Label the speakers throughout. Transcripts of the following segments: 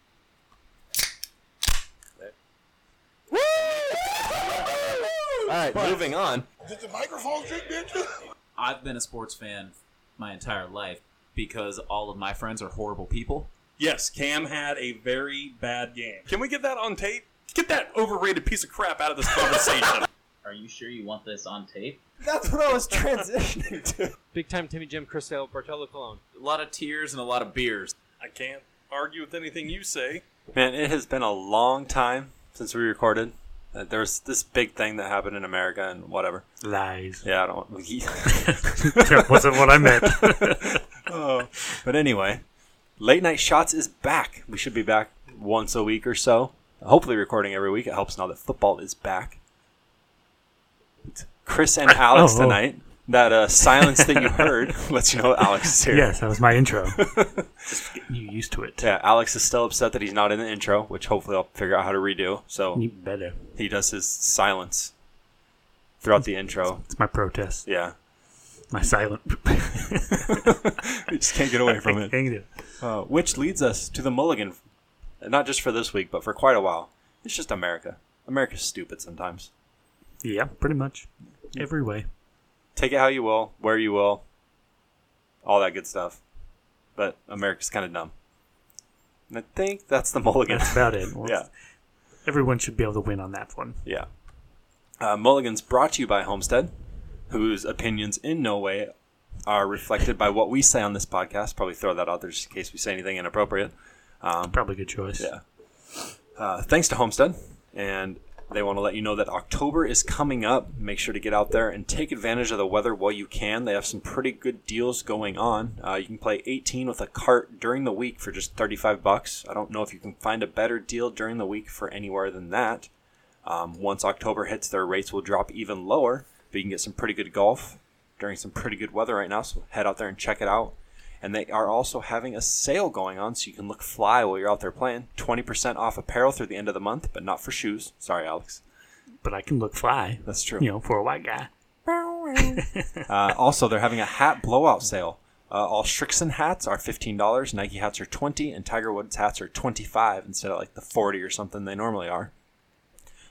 Speaker 1: right,
Speaker 2: But-
Speaker 1: moving on.
Speaker 3: Did the microphone drink, bitch?
Speaker 2: I've been a sports fan my entire life because all of my friends are horrible people.
Speaker 4: Yes, Cam had a very bad game.
Speaker 2: Can we get that on tape? Get that overrated piece of crap out of this conversation.
Speaker 5: Are you sure you want this on tape?
Speaker 1: That's what I was transitioning to.
Speaker 6: Big time Timmy Jim Crystal Bartolo Colon.
Speaker 2: a lot of tears and a lot of beers.
Speaker 4: I can't argue with anything you say.
Speaker 7: Man, it has been a long time since we recorded. Uh, there was this big thing that happened in America and whatever.
Speaker 8: Lies.
Speaker 7: Yeah, I don't. want
Speaker 8: that wasn't what I meant.
Speaker 7: But anyway, late night shots is back. We should be back once a week or so. Hopefully, recording every week. It helps now that football is back. It's Chris and Alex
Speaker 8: Oh, oh.
Speaker 7: tonight. That uh, silence that you heard lets you know Alex is here.
Speaker 8: yes, that was my intro. Just getting you used to it.
Speaker 7: Yeah, Alex is still upset that he's not in the intro, which hopefully I'll figure out how to redo. So
Speaker 8: You better.
Speaker 7: he does his silence throughout the intro.
Speaker 8: It's my protest.
Speaker 7: Yeah.
Speaker 8: My silent.
Speaker 7: we just can't get away from it.
Speaker 8: Hang it.
Speaker 7: Uh, which leads us to the mulligan, not just for this week, but for quite a while. It's just America. America's stupid sometimes.
Speaker 8: Yeah, pretty much. Every way.
Speaker 7: Take it how you will, where you will, all that good stuff. But America's kind of dumb. And I think that's the mulligan.
Speaker 8: That's about it. Well,
Speaker 7: yeah, Mm-hmm.
Speaker 8: Everyone should be able to win on that one.
Speaker 7: yeah. Uh, mulligan's brought to you by Homestead, whose opinions in no way are reflected by what we say on this podcast. Probably throw that out there just in case we say anything inappropriate.
Speaker 8: Probably a good choice.
Speaker 7: Yeah. Uh, thanks to Homestead, and they want to let you know that October is coming up. Make sure to get out there and take advantage of the weather while you can. They have some pretty good deals going on. Uh, you can play 18 with a cart during the week for just 35 bucks. I don't know if you can find a better deal during the week for anywhere than that. Um, once October hits, their rates will drop even lower, but you can get some pretty good golf during some pretty good weather right now. So head out there and check it out. And they are also having a sale going on, so you can look fly while you're out there playing. 20% off apparel through the end of the month, but not for shoes. Sorry, Alex.
Speaker 8: But I can look fly.
Speaker 7: That's true.
Speaker 8: You know, for a white guy.
Speaker 7: Uh, also, they're having a hat blowout sale. Uh, all Strixon hats are $15, Nike hats are 20 and Tiger Woods hats are 25 instead of like the 40 or something they normally are.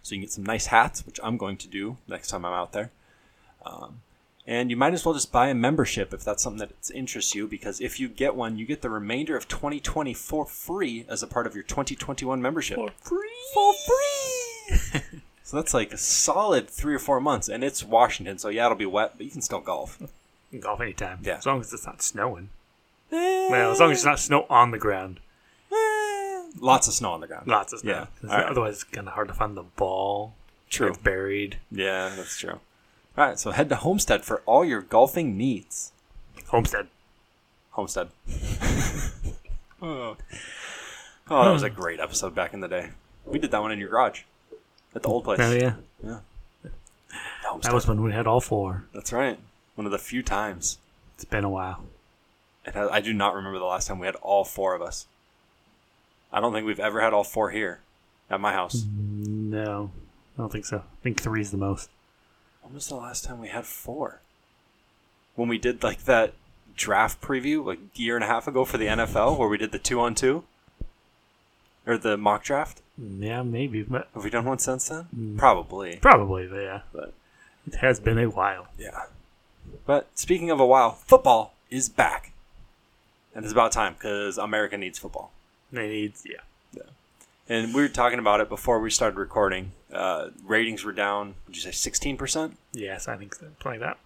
Speaker 7: So you can get some nice hats, which I'm going to do next time I'm out there. Um, and you might as well just buy a membership if that's something that interests you, because if you get one, you get the remainder of 2020 for free as a part of your 2021 membership. For free! For free! so that's like a solid three or four months, and it's Washington, so yeah, it'll be wet, but you can still golf.
Speaker 8: You can golf anytime.
Speaker 7: Yeah.
Speaker 8: As long as it's not snowing. Well, as long as it's not snow on the ground.
Speaker 7: Lots of snow on the ground.
Speaker 8: Lots of snow.
Speaker 7: Yeah.
Speaker 8: 'Cause
Speaker 7: All right.
Speaker 8: Otherwise, it's kind of hard to find the ball.
Speaker 7: True.
Speaker 8: It's buried.
Speaker 7: Yeah, that's true. All right, so head to Homestead for all your golfing needs.
Speaker 8: Homestead.
Speaker 7: Homestead. oh. that was
Speaker 8: Hmm.
Speaker 7: a great episode back in the day. We did that one in your garage at the old place.
Speaker 8: Oh, yeah.
Speaker 7: Homestead.
Speaker 8: That was when we had all four.
Speaker 7: That's right. One of the few times.
Speaker 8: It's been a while.
Speaker 7: It has, I do not remember the last time we had all four of us. I don't think we've ever had all four here at my house.
Speaker 8: No, I don't think so. I think three is the most.
Speaker 7: When was the last time we had four? When we did like that draft preview like a year and a half ago for the NFL, where we did the two on two, or the mock draft.
Speaker 8: Yeah, maybe, but
Speaker 7: Have we done one since then? Probably.
Speaker 8: probably, but yeah.
Speaker 7: But-
Speaker 8: it has been a while.
Speaker 7: Yeah. But speaking of a while, football is back, and it's about time because America needs football.
Speaker 8: They need, yeah.
Speaker 7: And we were talking about it before we started recording. Uh, ratings were down. Would you say sixteen percent?
Speaker 8: Yes, I think so. Something like that.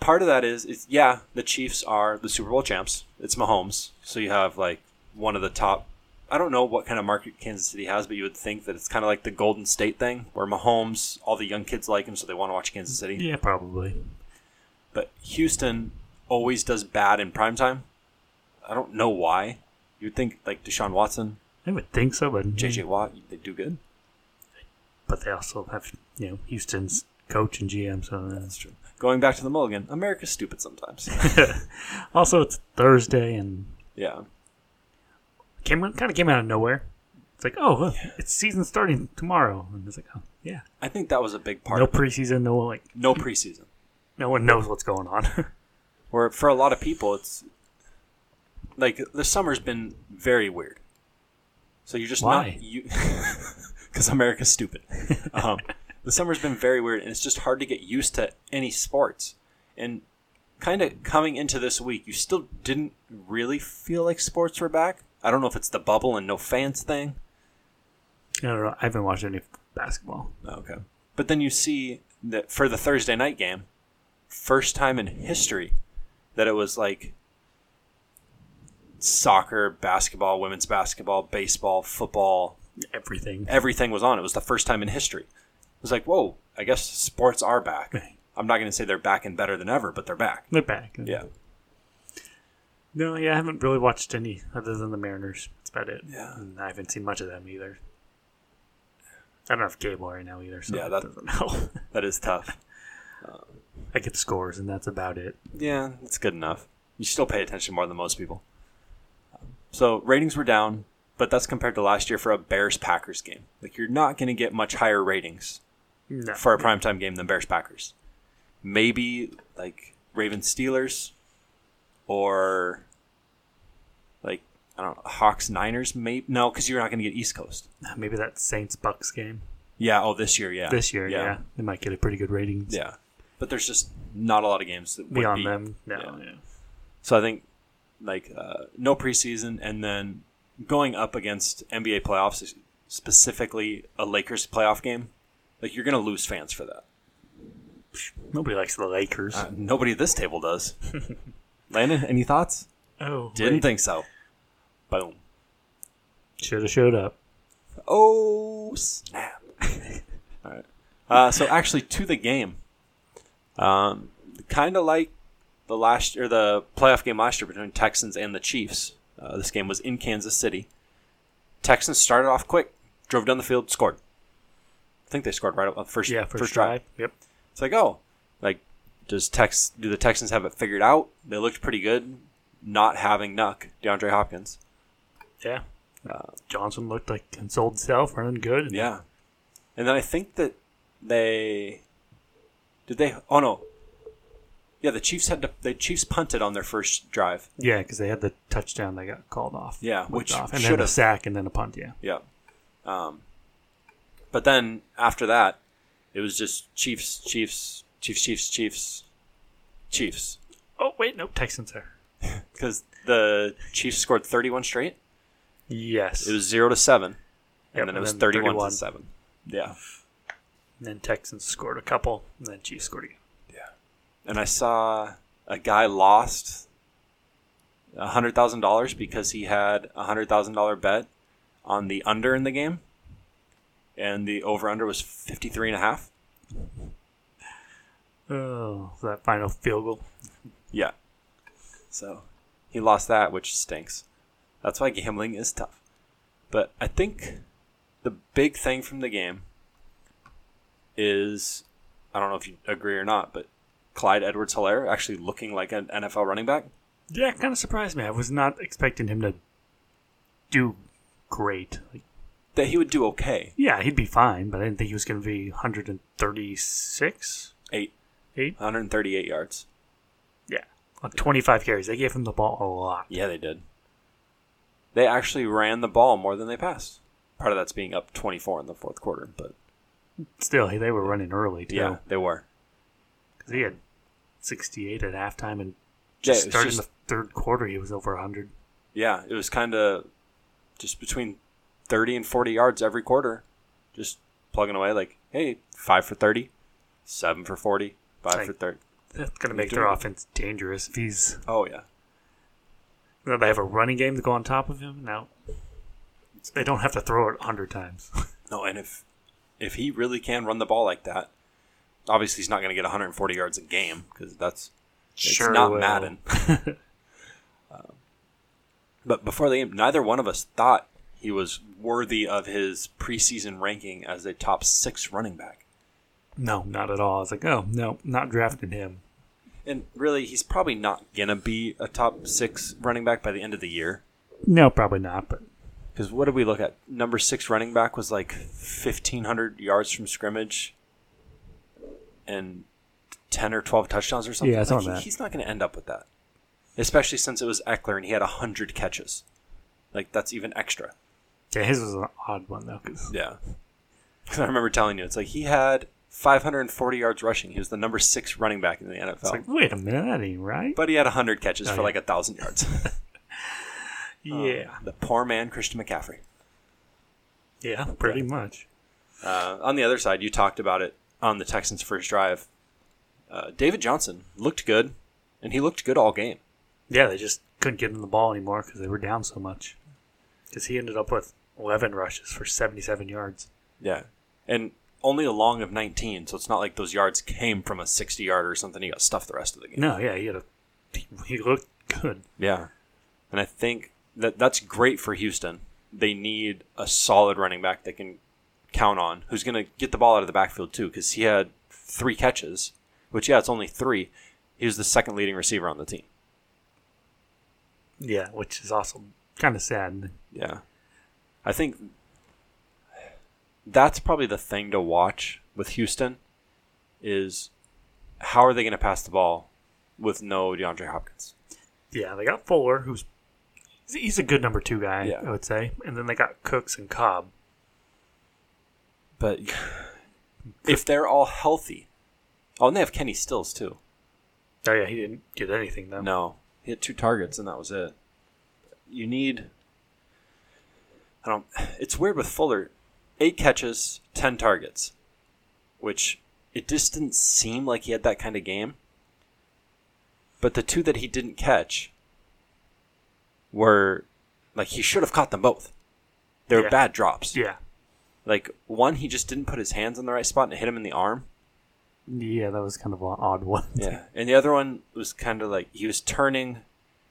Speaker 7: part of that is, is yeah, the Chiefs are the Super Bowl champs. It's Mahomes, so you have like one of the top. I don't know what kind of market Kansas City has, but you would think that it's kind of like the Golden State thing, where Mahomes, all the young kids like him, so they want to watch Kansas City.
Speaker 8: Yeah, probably.
Speaker 7: But Houston always does bad in primetime. I don't know why. You'd think like Deshaun Watson,
Speaker 8: I would think so, but
Speaker 7: J.J. Watt, they do good.
Speaker 8: But they also have you know Houston's coach and GM, so
Speaker 7: That's true. Going back to the Mulligan, America's stupid sometimes.
Speaker 8: also it's Thursday, and
Speaker 7: yeah,
Speaker 8: came kind of came out of nowhere. It's like, oh, look, it's season starting tomorrow, and it's like, oh, yeah,
Speaker 7: I think that was a big part.
Speaker 8: no
Speaker 7: of it.
Speaker 8: preseason, no like,
Speaker 7: no preseason.
Speaker 8: no one knows what's going on.
Speaker 7: where for a lot of people it's like the summer's been very weird so you're just
Speaker 8: Why?
Speaker 7: not you because america's stupid um, the summer's been very weird, and it's just hard to get used to any sports. And kind of coming into this week, you still didn't really feel like sports were back. I don't know if it's the bubble and no fans thing.
Speaker 8: I don't know. I haven't watched any basketball.
Speaker 7: Okay. But then you see that for the Thursday night game, first time in history that it was like soccer, basketball, women's basketball, baseball, football,
Speaker 8: Everything.
Speaker 7: everything was on. It was the first time in history. It was like, whoa, I guess sports are back.
Speaker 8: Right.
Speaker 7: I'm not going to say they're back and better than ever, but they're back.
Speaker 8: Look back.
Speaker 7: Yeah.
Speaker 8: No, yeah, I haven't really watched any other than the Mariners. That's about it.
Speaker 7: Yeah.
Speaker 8: And I haven't seen much of them either. I don't have cable right now either, so
Speaker 7: Yeah,
Speaker 8: yeah,
Speaker 7: that-
Speaker 8: that doesn't help.
Speaker 7: That is tough.
Speaker 8: I get scores, and that's about it.
Speaker 7: Yeah, it's good enough. You still pay attention more than most people. So ratings were down, but that's compared to last year for a Bears Packers game. Like you're not going to get much higher ratings
Speaker 8: No.
Speaker 7: for a primetime game than Bears Packers. Maybe like Ravens Steelers or like I don't know, Hawks Niners maybe no cuz you're not going to get East Coast.
Speaker 8: Maybe that Saints Bucks game
Speaker 7: Yeah, oh this year, yeah.
Speaker 8: this year. Yeah. they might get a pretty good rating.
Speaker 7: Yeah. But there's just not a lot of games that would
Speaker 8: beyond
Speaker 7: be-
Speaker 8: them. No,
Speaker 7: yeah.
Speaker 8: yeah.
Speaker 7: So I think like uh, no preseason, and then going up against NBA playoffs, specifically a Lakers playoff game, like you're gonna lose fans for that.
Speaker 8: nobody likes the Lakers.
Speaker 7: Uh, nobody at this table does. Landon, any thoughts?
Speaker 8: oh,
Speaker 7: Didn't think so. Boom.
Speaker 8: should have showed up.
Speaker 7: Oh snap! All right. Uh, so actually, to the game, um, kind of like the last or the playoff game last year between Texans and the Chiefs. Uh, this game was in Kansas City. Texans started off quick, drove down the field, scored. I think they scored right up on first
Speaker 8: Yeah,
Speaker 7: first,
Speaker 8: first,
Speaker 7: drive.
Speaker 8: try. Yep.
Speaker 7: It's like oh, like does Tex do the Texans have it figured out? They looked pretty good, not having Nuck DeAndre Hopkins.
Speaker 8: Yeah. Johnson looked like his old self, running good.
Speaker 7: Yeah. And then I think that they did they oh no. Yeah, the Chiefs had to the Chiefs punted on their first drive.
Speaker 8: Yeah, because they had the touchdown they got called off.
Speaker 7: Yeah,
Speaker 8: Whipped
Speaker 7: which
Speaker 8: off. and then
Speaker 7: should've.
Speaker 8: a sack and then a punt. Yeah,
Speaker 7: Yeah. Um but then after that, it was just Chiefs, Chiefs, Chiefs, Chiefs, Chiefs, Chiefs.
Speaker 8: Oh wait, no, Texans are.
Speaker 7: Because the Chiefs scored thirty one straight.
Speaker 8: Yes,
Speaker 7: It was zero to seven. And
Speaker 8: Yep,
Speaker 7: then it
Speaker 8: and
Speaker 7: was
Speaker 8: then
Speaker 7: thirty one to
Speaker 8: 31.
Speaker 7: seven. Yeah.
Speaker 8: And then Texans scored a couple, and then Chiefs scored again.
Speaker 7: and I saw a guy lost hundred thousand dollars because he had a hundred thousand dollar bet on the under in the game, and the over under was fifty three and a half.
Speaker 8: Oh, so that final field goal.
Speaker 7: Yeah, so he lost that, which stinks. That's why gambling is tough. But I think the big thing from the game is I don't know if you agree or not, but Clyde Edwards Hilaire actually looking like an NFL running back.
Speaker 8: Yeah, kind of surprised me. I was not expecting him to do great. Like,
Speaker 7: That he would do okay.
Speaker 8: yeah, he'd be fine, but I didn't think he was going to be 136,
Speaker 7: Eight
Speaker 8: 8.
Speaker 7: 138 yards.
Speaker 8: Yeah, on 25 carries. They gave him the ball a lot.
Speaker 7: Yeah, they did. They actually ran the ball more than they passed. Part of that's being up 24 in the fourth quarter, but
Speaker 8: Still, they were running early too.
Speaker 7: yeah, they were.
Speaker 8: because he had 68 at halftime and
Speaker 7: Yeah,
Speaker 8: just
Speaker 7: it was
Speaker 8: starting
Speaker 7: just-
Speaker 8: the third quarter, he was over 100.
Speaker 7: Yeah, it was kind of just between 30 and 40 yards every quarter, just plugging away like, hey, 5 for 30, 7 for 40, 5
Speaker 8: Like-
Speaker 7: for 30.
Speaker 8: That's going to
Speaker 7: He's
Speaker 8: make their
Speaker 7: doing it.
Speaker 8: offense dangerous. If he's
Speaker 7: Oh, yeah.
Speaker 8: now they have a running game to go on top of him. Now they don't have to throw it 100 times.
Speaker 7: No, and if if he really can run the ball like that, obviously he's not going to get 140 yards a game because that's it's not
Speaker 8: will.
Speaker 7: Madden. Um, but before the game, neither one of us thought he was worthy of his preseason ranking as a top six running back.
Speaker 8: No, not at all. I was like, oh no, not drafting him.
Speaker 7: And really, he's probably not going to be a top six running back by the end of the year.
Speaker 8: No, probably not. But
Speaker 7: Because what did we look at? Number six running back was like 1,500 yards from scrimmage and 10 or 12 touchdowns or something.
Speaker 8: Yeah, it's
Speaker 7: Like,
Speaker 8: on
Speaker 7: he-
Speaker 8: that.
Speaker 7: He's not going to end up with that. Especially since it was Eckler and he had 100 catches. Like, that's even extra.
Speaker 8: yeah, his was an odd one though. 'cause-
Speaker 7: Yeah. 'Cause I remember telling you, it's like he had 540 yards rushing. He was the number six running back in the NFL.
Speaker 8: It's like, wait a minute, that ain't right.
Speaker 7: but he had 100 catches
Speaker 8: Oh,
Speaker 7: for
Speaker 8: yeah.
Speaker 7: like a 1,000 yards. uh,
Speaker 8: yeah.
Speaker 7: the poor man, Christian McCaffrey.
Speaker 8: Yeah, pretty much.
Speaker 7: Uh, on the other side, you talked about it on the Texans' first drive. Uh, David Johnson looked good, and he looked good all game.
Speaker 8: Yeah, they just couldn't get him the ball anymore because they were down so much. Because he ended up with 11 rushes for 77 yards.
Speaker 7: Yeah. And only a long of 19, so it's not like those yards came from a 60 yard or something. He got stuffed the rest of the game.
Speaker 8: No, yeah, he had a. He, he looked good.
Speaker 7: Yeah. And I think that that's great for Houston. They need a solid running back they can count on who's going to get the ball out of the backfield, too, because he had three catches, which, yeah, it's only three. He was the second leading receiver on the team.
Speaker 8: Yeah, which is also kind of sad.
Speaker 7: Yeah. I think that's probably the thing to watch with Houston is how are they going to pass the ball with no DeAndre Hopkins?
Speaker 8: Yeah, they got Fuller, who's he's- he's a good number two guy,
Speaker 7: Yeah.
Speaker 8: I would say, and then they got Cooks and Cobb.
Speaker 7: But if they're all healthy, oh, and they have Kenny Stills too.
Speaker 8: Oh yeah, he didn't get anything though.
Speaker 7: No, he hit two targets and that was it. You need. I don't. It's weird with Fuller, eight catches, ten targets, which it just didn't seem like he had that kind of game. But the two that he didn't catch were like he should have caught them both. They were
Speaker 8: Yeah.
Speaker 7: bad drops.
Speaker 8: Yeah,
Speaker 7: Like one, he just didn't put his hands in the right spot and hit him in the arm.
Speaker 8: yeah, that was kind of an odd one.
Speaker 7: Yeah, and the other one was kind of like he was turning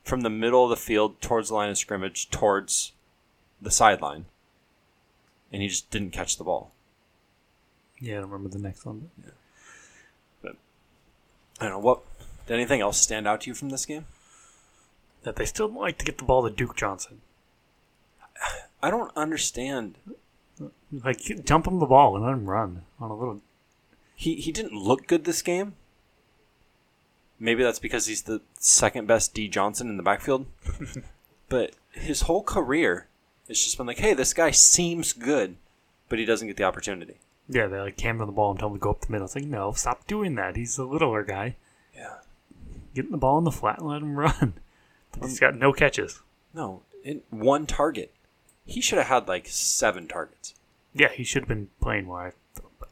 Speaker 7: from the middle of the field towards the line of scrimmage towards the sideline, and he just didn't catch the ball.
Speaker 8: yeah, I don't remember the next one.
Speaker 7: I don't know what. Did anything else stand out to you from this game?
Speaker 8: That they still like to get the ball to Duke Johnson.
Speaker 7: I don't understand.
Speaker 8: Like dump him the ball and let him run on a little.
Speaker 7: He he didn't look good this game. Maybe that's because he's the second best D Johnson in the backfield. but his whole career, it's just been like, hey, this guy seems good, but he doesn't get the opportunity.
Speaker 8: Yeah, they like hand him the ball and tell him to go up the middle. It's like no, stop doing that. He's a littler guy.
Speaker 7: Yeah.
Speaker 8: Getting the ball in the flat and let him run. He's got no catches.
Speaker 7: No, in one target. He should have had like seven targets.
Speaker 8: Yeah, he should have been playing more. I thought, but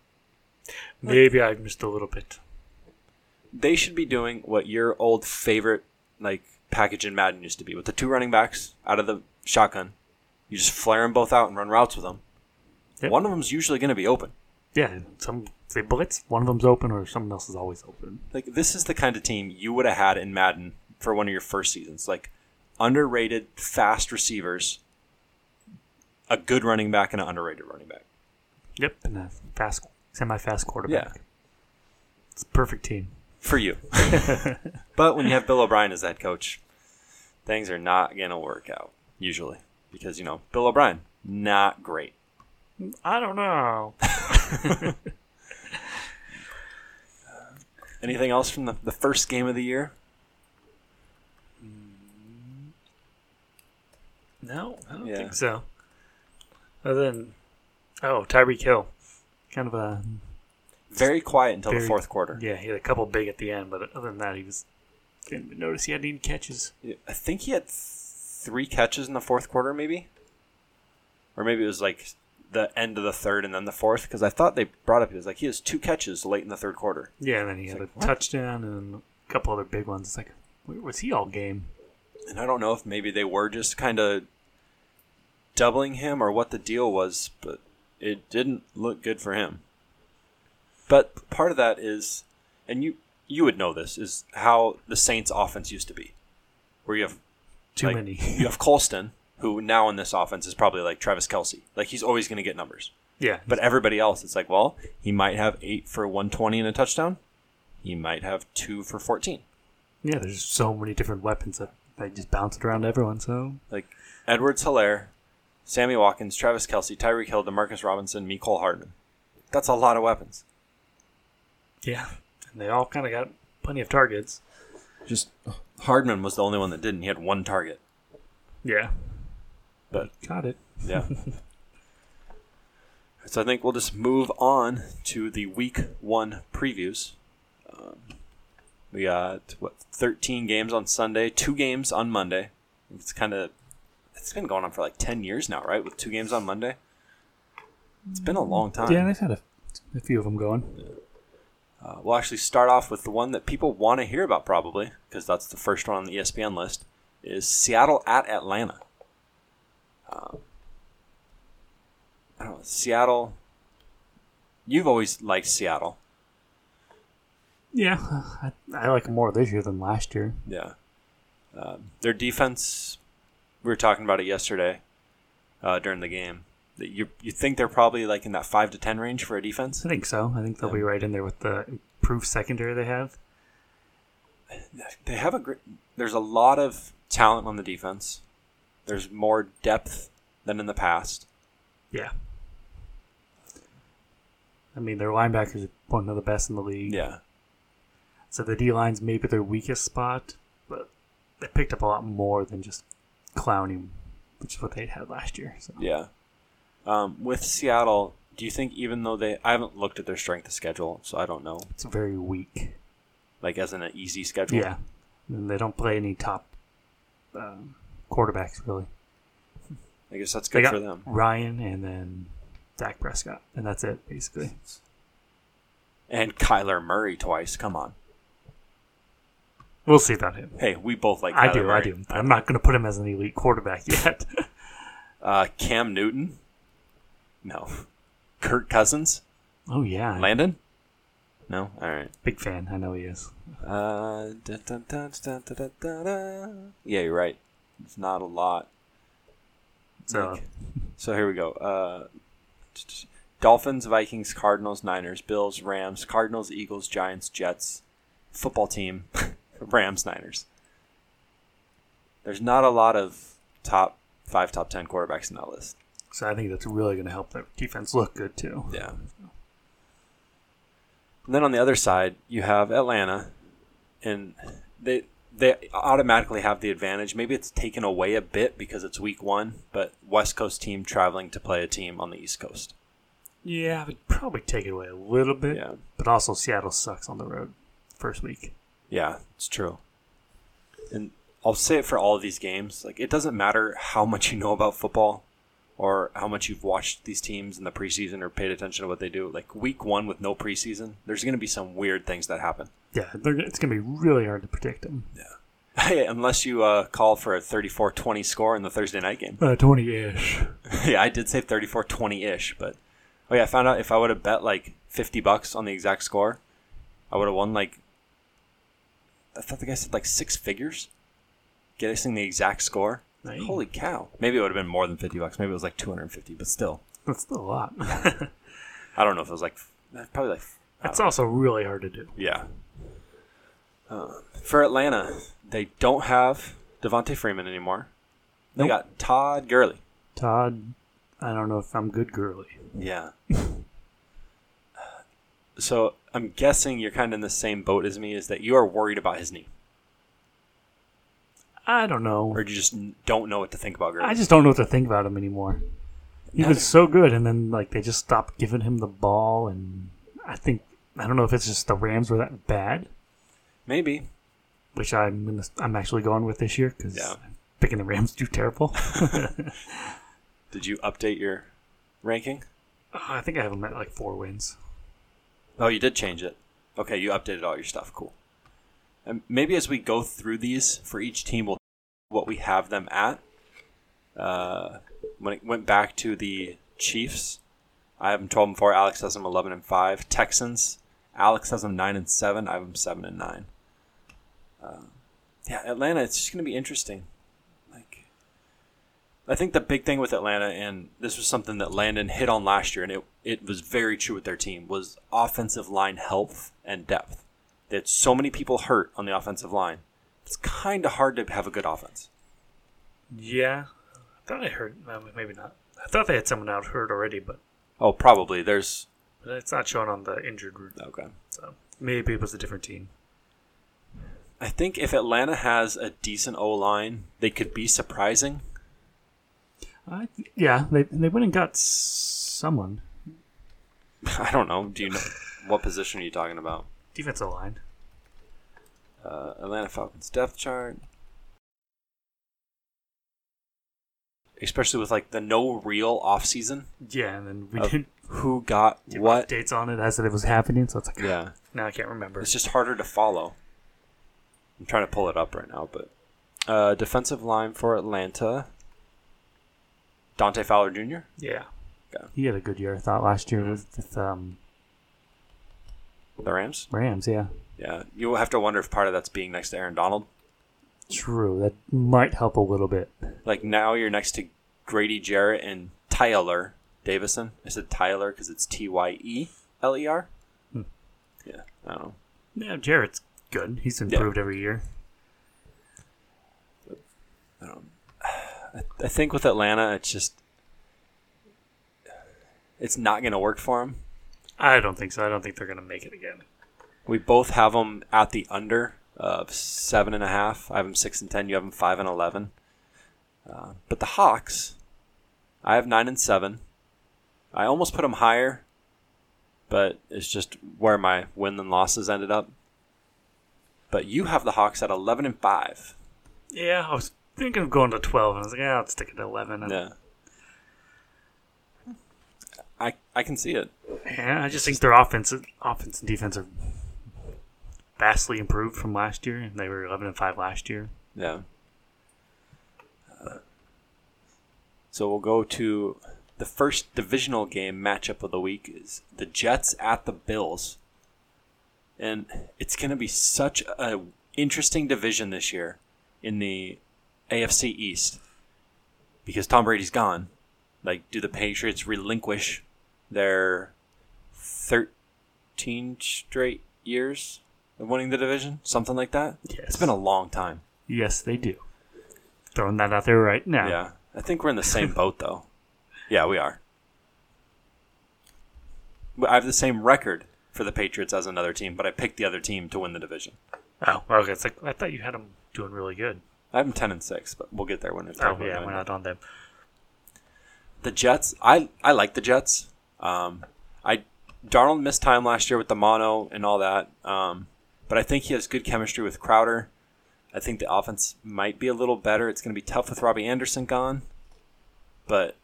Speaker 8: maybe I missed a little bit.
Speaker 7: They should be doing what your old favorite like package in Madden used to be with the two running backs out of the shotgun. You just flare them both out and run routes with them.
Speaker 8: Yep.
Speaker 7: One of them's usually going to be open.
Speaker 8: Yeah, some they blitz. One of them's open, or someone else is always open.
Speaker 7: Like this is the kind of team you would have had in Madden for one of your first seasons. Like underrated fast receivers, a good running back and an underrated running back.
Speaker 8: Yep, and a fast, semi-fast quarterback.
Speaker 7: Yeah.
Speaker 8: it's a perfect team.
Speaker 7: for you. but when you have Bill O'Brien as that coach, things are not going to work out usually because you know Bill O'Brien not great.
Speaker 8: I don't know.
Speaker 7: Anything else from the, the first game of the year?
Speaker 8: No, I don't
Speaker 7: Yeah.
Speaker 8: think so. Other than oh, Tyreek Hill, kind of a
Speaker 7: Very quiet until the
Speaker 8: Very-
Speaker 7: fourth quarter.
Speaker 8: yeah. He had a couple big at the end, but other than that, he was didn't even notice he had any catches.
Speaker 7: I think he had th- three catches in the fourth quarter, maybe, or maybe it was like the end of the third and then the fourth. Because I thought they brought up it was like he has two catches late in the third quarter.
Speaker 8: Yeah, and then he had
Speaker 7: like,
Speaker 8: a
Speaker 7: what?
Speaker 8: touchdown and a couple other big ones. It's like, where was he all game?
Speaker 7: and I don't know if maybe they were just kind of doubling him or what the deal was, but it didn't look good for him. But part of that is, and you you would know this is how the Saints' offense used to be, where you have
Speaker 8: Too
Speaker 7: like,
Speaker 8: many.
Speaker 7: you have Colston, who now in this offense is probably like Travis Kelsey, like he's always going to get numbers.
Speaker 8: yeah,
Speaker 7: But everybody else, it's like, well, he might have eight for one twenty and a touchdown, he might have two for fourteen.
Speaker 8: Yeah, there's so many different weapons that they just bounce it around to everyone. So
Speaker 7: like Edwards Hilaire, Sammy Watkins, Travis Kelsey, Tyreek Hill, Demarcus Robinson, Nicole Hardman. That's a lot of weapons.
Speaker 8: yeah, and they all kind of got plenty of targets.
Speaker 7: Just Hardman was the only one that didn't. He had one target.
Speaker 8: Yeah,
Speaker 7: But
Speaker 8: got it.
Speaker 7: yeah. So I think we'll just move on to the week one previews. Um, we got what 13 games on Sunday, two games on Monday. It's kind of it's been going on for like 10 years now, right? With two games on Monday, it's been a long time.
Speaker 8: Yeah, they've had a, a few of them going.
Speaker 7: Uh, we'll actually start off with the one that people want to hear about, probably because that's the first one on the E ESPN list. Is Seattle at Atlanta? Um, I don't know, Seattle. You've always liked Seattle,
Speaker 8: Yeah, I, I like them more this year than last year.
Speaker 7: yeah. Uh, their defense. We were talking about it yesterday uh, during the game. That you you think they're probably like in that five to ten range for a defense?
Speaker 8: I think so. I think they'll be right in there with the improved secondary they have.
Speaker 7: they have a great. There's a lot of talent on the defense. There's more depth than in the past.
Speaker 8: Yeah. I mean, their linebackers are one of the best in the league.
Speaker 7: Yeah,
Speaker 8: So the D line's maybe their weakest spot, but they picked up a lot more than just clowning, which is what they had last year. So
Speaker 7: yeah. Um, with Seattle, do you think even though they, I haven't looked at their strength of schedule, so I don't know.
Speaker 8: it's very weak.
Speaker 7: Like as in an easy schedule.
Speaker 8: Yeah. And they don't play any top um, quarterbacks, really.
Speaker 7: I guess that's
Speaker 8: They
Speaker 7: good
Speaker 8: got
Speaker 7: for them.
Speaker 8: Ryan and then Dak Prescott. And that's it, basically.
Speaker 7: And Kyler Murray twice. Come on.
Speaker 8: We'll see about him.
Speaker 7: Hey, we both like.
Speaker 8: I
Speaker 7: Kyler
Speaker 8: do,
Speaker 7: Murray.
Speaker 8: I do. I'm not going to put him as an elite quarterback yet.
Speaker 7: Uh, Cam Newton. No. Kirk Cousins.
Speaker 8: oh, yeah.
Speaker 7: Landon. No. All right.
Speaker 8: Big fan. I know he is.
Speaker 7: Uh, dun, dun, dun, dun, dun, dun, dun, dun. Yeah, you're right. It's not a lot.
Speaker 8: So,
Speaker 7: Nick. So here we go. Uh, t- t- Dolphins, Vikings, Cardinals, Niners, Bills, Rams, Cardinals, Eagles, Giants, Jets, football team, Rams, Niners. There's not a lot of top five, top ten quarterbacks in that list.
Speaker 8: so I think that's really going to help their defense look good, too.
Speaker 7: Yeah. And then on the other side, you have Atlanta, and they they automatically have the advantage. Maybe it's taken away a bit because it's week one, but West Coast team traveling to play a team on the East Coast.
Speaker 8: Yeah, I would probably take it away a little bit.
Speaker 7: Yeah.
Speaker 8: But also, Seattle sucks on the road first week.
Speaker 7: Yeah, it's true. And I'll say it for all of these games. Like it doesn't matter how much you know about football or how much you've watched these teams in the preseason or paid attention to what they do. Like week one with no preseason, there's gonna be some weird things that happen.
Speaker 8: Yeah, they're, it's going to be really hard to predict them.
Speaker 7: Hey, unless you uh, call for a 34-20 score in the Thursday night game.
Speaker 8: Uh, 20 ish.
Speaker 7: yeah, I did say 34-20-ish, but oh yeah, I found out if I would have bet like 50 bucks on the exact score, I would have won like I thought the guy said like six figures guessing the exact score.
Speaker 8: Dang.
Speaker 7: Holy cow. Maybe it would have been more than 50 bucks. Maybe it was like 250, but still.
Speaker 8: That's still a lot.
Speaker 7: I don't know if it was like uh, probably like
Speaker 8: That's also really hard to do.
Speaker 7: Yeah. Uh, for Atlanta, they don't have Devontae Freeman anymore. They
Speaker 8: Nope.
Speaker 7: got Todd Gurley.
Speaker 8: Todd, I don't know if I'm good girly.
Speaker 7: Yeah. so I'm guessing you're kind of in the same boat as me is that you are worried about his knee,
Speaker 8: I don't know.
Speaker 7: or you just n- don't know what to think about Gurley.
Speaker 8: I just don't know what to think about him anymore. He was so good, and then like they just stopped giving him the ball, and I think I don't know if it's just the Rams were that bad,
Speaker 7: Maybe.
Speaker 8: which I'm gonna, I'm actually going with this year because
Speaker 7: Yeah.
Speaker 8: picking the Rams too terrible.
Speaker 7: Did you update your ranking?
Speaker 8: Oh, I think I have them at like four wins.
Speaker 7: Oh, you did change it. Okay, you updated all your stuff. Cool. And maybe as we go through these for each team, we'll what we have them at. Uh, when it went back to the Chiefs, I have them twelve and four. Alex has them eleven and five. Texans, Alex has them nine and seven. I have them seven and nine. Uh, yeah, Atlanta. It's just going to be interesting. Like, I think the big thing with Atlanta, and this was something that Landon hit on last year, and it it was very true with their team, was offensive line health and depth. They had so many people hurt on the offensive line. It's kind of hard to have a good offense.
Speaker 8: Yeah, I thought I heard um, maybe not. I thought they had someone out hurt already, but,
Speaker 7: Oh, probably there's
Speaker 8: but it's not shown on the injured route.
Speaker 7: okay.
Speaker 8: So maybe it was a different team.
Speaker 7: I think if Atlanta has a decent O line, they could be surprising.
Speaker 8: I, yeah, they they went and got someone.
Speaker 7: I don't know. Do you know what position are you talking about?
Speaker 8: Defensive line.
Speaker 7: Uh, Atlanta Falcons depth chart. Especially with like the no real off season
Speaker 8: Yeah, and then we
Speaker 7: of
Speaker 8: didn't
Speaker 7: who got
Speaker 8: give
Speaker 7: what.
Speaker 8: dates on it as it was happening, so it's like,
Speaker 7: Yeah,
Speaker 8: now I can't remember.
Speaker 7: it's just harder to follow. I'm trying to pull it up right now, but uh, defensive line for Atlanta. Dante Fowler Jr.
Speaker 8: Yeah.
Speaker 7: Okay.
Speaker 8: He had a good year, I thought, last year with, with um,
Speaker 7: The Rams.
Speaker 8: Rams, yeah.
Speaker 7: Yeah, you have to wonder if part of that's being next to Aaron Donald.
Speaker 8: True. That might help a little bit.
Speaker 7: Like now you're next to Grady Jarrett and Tyler Davison. I said Tyler because it's T Y E L E R.
Speaker 8: Hmm.
Speaker 7: Yeah, I don't know.
Speaker 8: Yeah, Jarrett's good. He's improved every year.
Speaker 7: I think with Atlanta, it's just it's not going to work for him.
Speaker 8: I don't think so. I don't think they're going to make it again.
Speaker 7: We both have them at the under of seven and a half. I have them six and ten. You have them five and eleven. Uh, but the Hawks, I have nine and seven. I almost put them higher, but it's just where my win and losses ended up. But you have the Hawks at eleven and five.
Speaker 8: Yeah, I was thinking of going to 12, and I was like, yeah, let's stick it to 11. And,
Speaker 7: Yeah. I I can see it.
Speaker 8: yeah, I just think their offense, offense and defense are vastly improved from last year. They were 11 and 5 last year.
Speaker 7: Yeah. Uh, So we'll go to the first divisional game matchup of the week is the Jets at the Bills. And it's going to be such a interesting division this year in the AFC East because Tom Brady's gone. Like do the Patriots relinquish their 13 straight years of winning the division, something like that?
Speaker 8: Yes.
Speaker 7: It's been a long time.
Speaker 8: Yes, they do. Throwing that out there right now.
Speaker 7: Yeah. I think we're in the same boat, though. Yeah, we are. But I have the same record for the Patriots as another team, but I picked the other team to win the division.
Speaker 8: Oh, okay. It's like, I thought you had them doing really good.
Speaker 7: I have them 10 and 6, but we'll get there when it's
Speaker 8: Oh,
Speaker 7: over.
Speaker 8: yeah, we're not on them.
Speaker 7: The Jets, I, I like the Jets. Um, I Darnold missed time last year with the mono and all that, um, but I think he has good chemistry with Crowder. I think the offense might be a little better. It's going to be tough with Robbie Anderson gone, but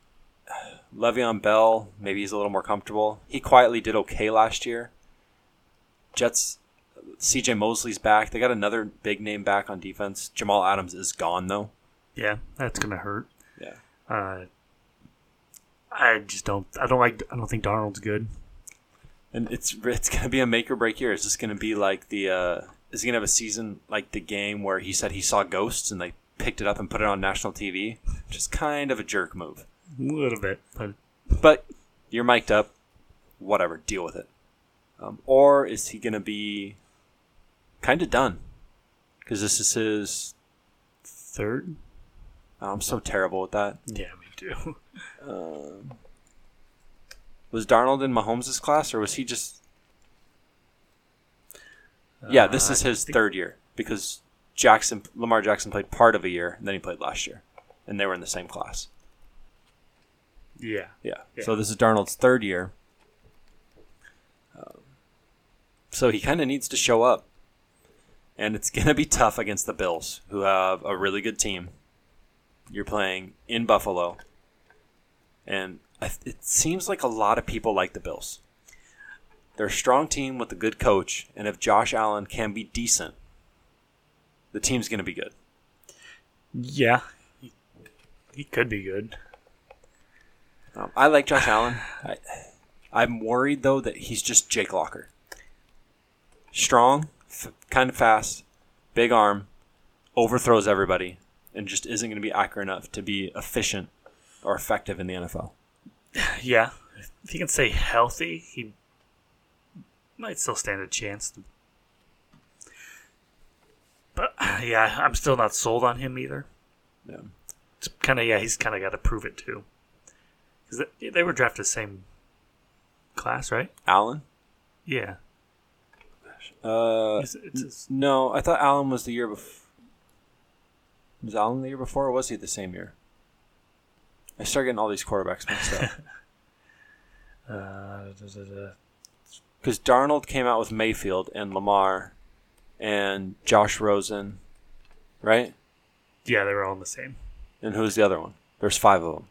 Speaker 7: Le'Veon Bell, maybe he's a little more comfortable. He quietly did okay last year. Jets, C.J. Mosley's back. They got another big name back on defense. Jamal Adams is gone though.
Speaker 8: Yeah, that's going to hurt.
Speaker 7: Yeah.
Speaker 8: Uh, I just don't. I don't like. I don't think Darnold's good.
Speaker 7: and it's it's gonna be a make or break year. Is this gonna be like the uh, is he gonna have a season like the game where he said he saw ghosts and they picked it up and put it on national TV? Just kind of a jerk move.
Speaker 8: A little bit, but
Speaker 7: But you're mic'd up, whatever, deal with it. Um, or is he gonna be kind of done? Because this is his.
Speaker 8: third.
Speaker 7: oh, I'm so terrible with that.
Speaker 8: Yeah, me too.
Speaker 7: Was Darnold in Mahomes' class, or was he just? yeah, this
Speaker 8: Uh,
Speaker 7: is his third year because Jackson, Lamar Jackson, played part of a year, and then he played last year, and they were in the same class.
Speaker 8: Yeah,
Speaker 7: Yeah.
Speaker 8: Yeah.
Speaker 7: So this is Darnold's third year. Um, so he kind of needs to show up, and it's gonna be tough against the Bills, who have a really good team. You're playing in Buffalo, and I, it seems like a lot of people like the Bills. They're a strong team with a good coach, and if Josh Allen can be decent, the team's gonna be good.
Speaker 8: yeah. He, he could be good.
Speaker 7: Um, I like Josh Allen. I, I'm worried though that he's just Jake Locker. Strong, f- kind of fast, big arm, overthrows everybody, and just isn't going to be accurate enough to be efficient or effective in the NFL.
Speaker 8: Yeah, if he can stay healthy, he might still stand a chance. To... But yeah, I'm still not sold on him either.
Speaker 7: Yeah.
Speaker 8: It's kind of yeah, he's kind of got to prove it too. Because they, they were drafted the same class, right?
Speaker 7: Allen?
Speaker 8: Yeah,
Speaker 7: Uh,
Speaker 8: it's, it's his-
Speaker 7: no, I thought Allen was the year before. Was Allen the year before, or was he the same year? I start getting all these quarterbacks mixed up.
Speaker 8: Uh, da, da, da.
Speaker 7: because Darnold came out with Mayfield and Lamar and Josh Rosen, right?
Speaker 8: Yeah, they were all in the same.
Speaker 7: And who's the other one? There's five of them.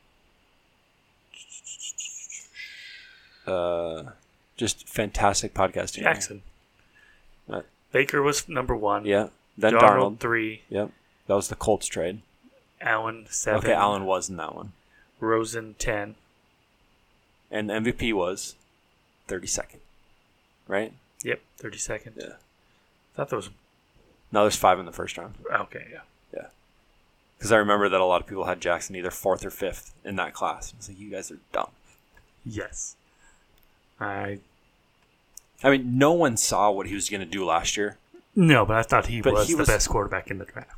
Speaker 7: Uh, just fantastic podcasting.
Speaker 8: Jackson. Uh,
Speaker 7: Right.
Speaker 8: Baker was number one.
Speaker 7: Yeah. Then
Speaker 8: Donald,
Speaker 7: Darnold.
Speaker 8: three.
Speaker 7: Yep. That was the Colts trade.
Speaker 8: Allen seven.
Speaker 7: Okay, Allen was in that one.
Speaker 8: Rosen ten.
Speaker 7: And the MVP was 32nd, right?
Speaker 8: Yep, thirty second.
Speaker 7: Yeah.
Speaker 8: Thought that was
Speaker 7: No, there's five in the first round.
Speaker 8: okay. Yeah.
Speaker 7: Because I remember that a lot of people had Jackson either fourth or fifth in that class. It's like, you guys are dumb.
Speaker 8: Yes. I
Speaker 7: I mean, no one saw what he was going to do last year.
Speaker 8: no, but I thought he
Speaker 7: But
Speaker 8: was
Speaker 7: he
Speaker 8: the
Speaker 7: was-
Speaker 8: best quarterback in the draft.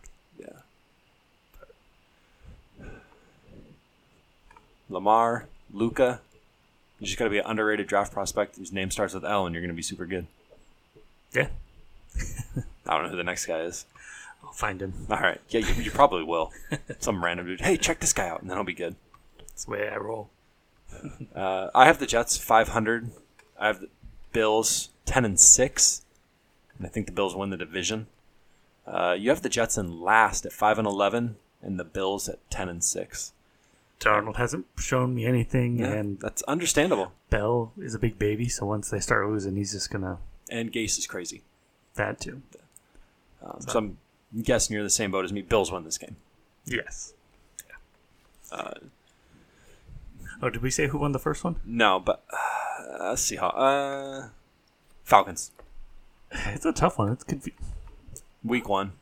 Speaker 7: Lamar, Luca. You just got to be an underrated draft prospect whose name starts with L, and you're going to be super good.
Speaker 8: Yeah,
Speaker 7: I don't know who the next guy is.
Speaker 8: I'll find him.
Speaker 7: All right, yeah, you, you probably will. Some random dude. Hey, check this guy out, and then I'll be good.
Speaker 8: That's the way I roll.
Speaker 7: Uh, I have the Jets 500. I have the Bills 10 and six, and I think the Bills win the division. Uh, you have the Jets in last at five and eleven, and the Bills at 10 and six.
Speaker 8: Darnold hasn't shown me anything, and
Speaker 7: that's understandable.
Speaker 8: Bell is a big baby. So once they start losing, he's just gonna
Speaker 7: And Gase is crazy,
Speaker 8: that too.
Speaker 7: um, so I'm guessing you're the same boat as me. Bills win this game.
Speaker 8: Yes.
Speaker 7: Uh,
Speaker 8: oh, did we say who won the first one?
Speaker 7: No, but uh, let's see how. Uh, Falcons
Speaker 8: It's a tough one. It's confu-
Speaker 7: week one.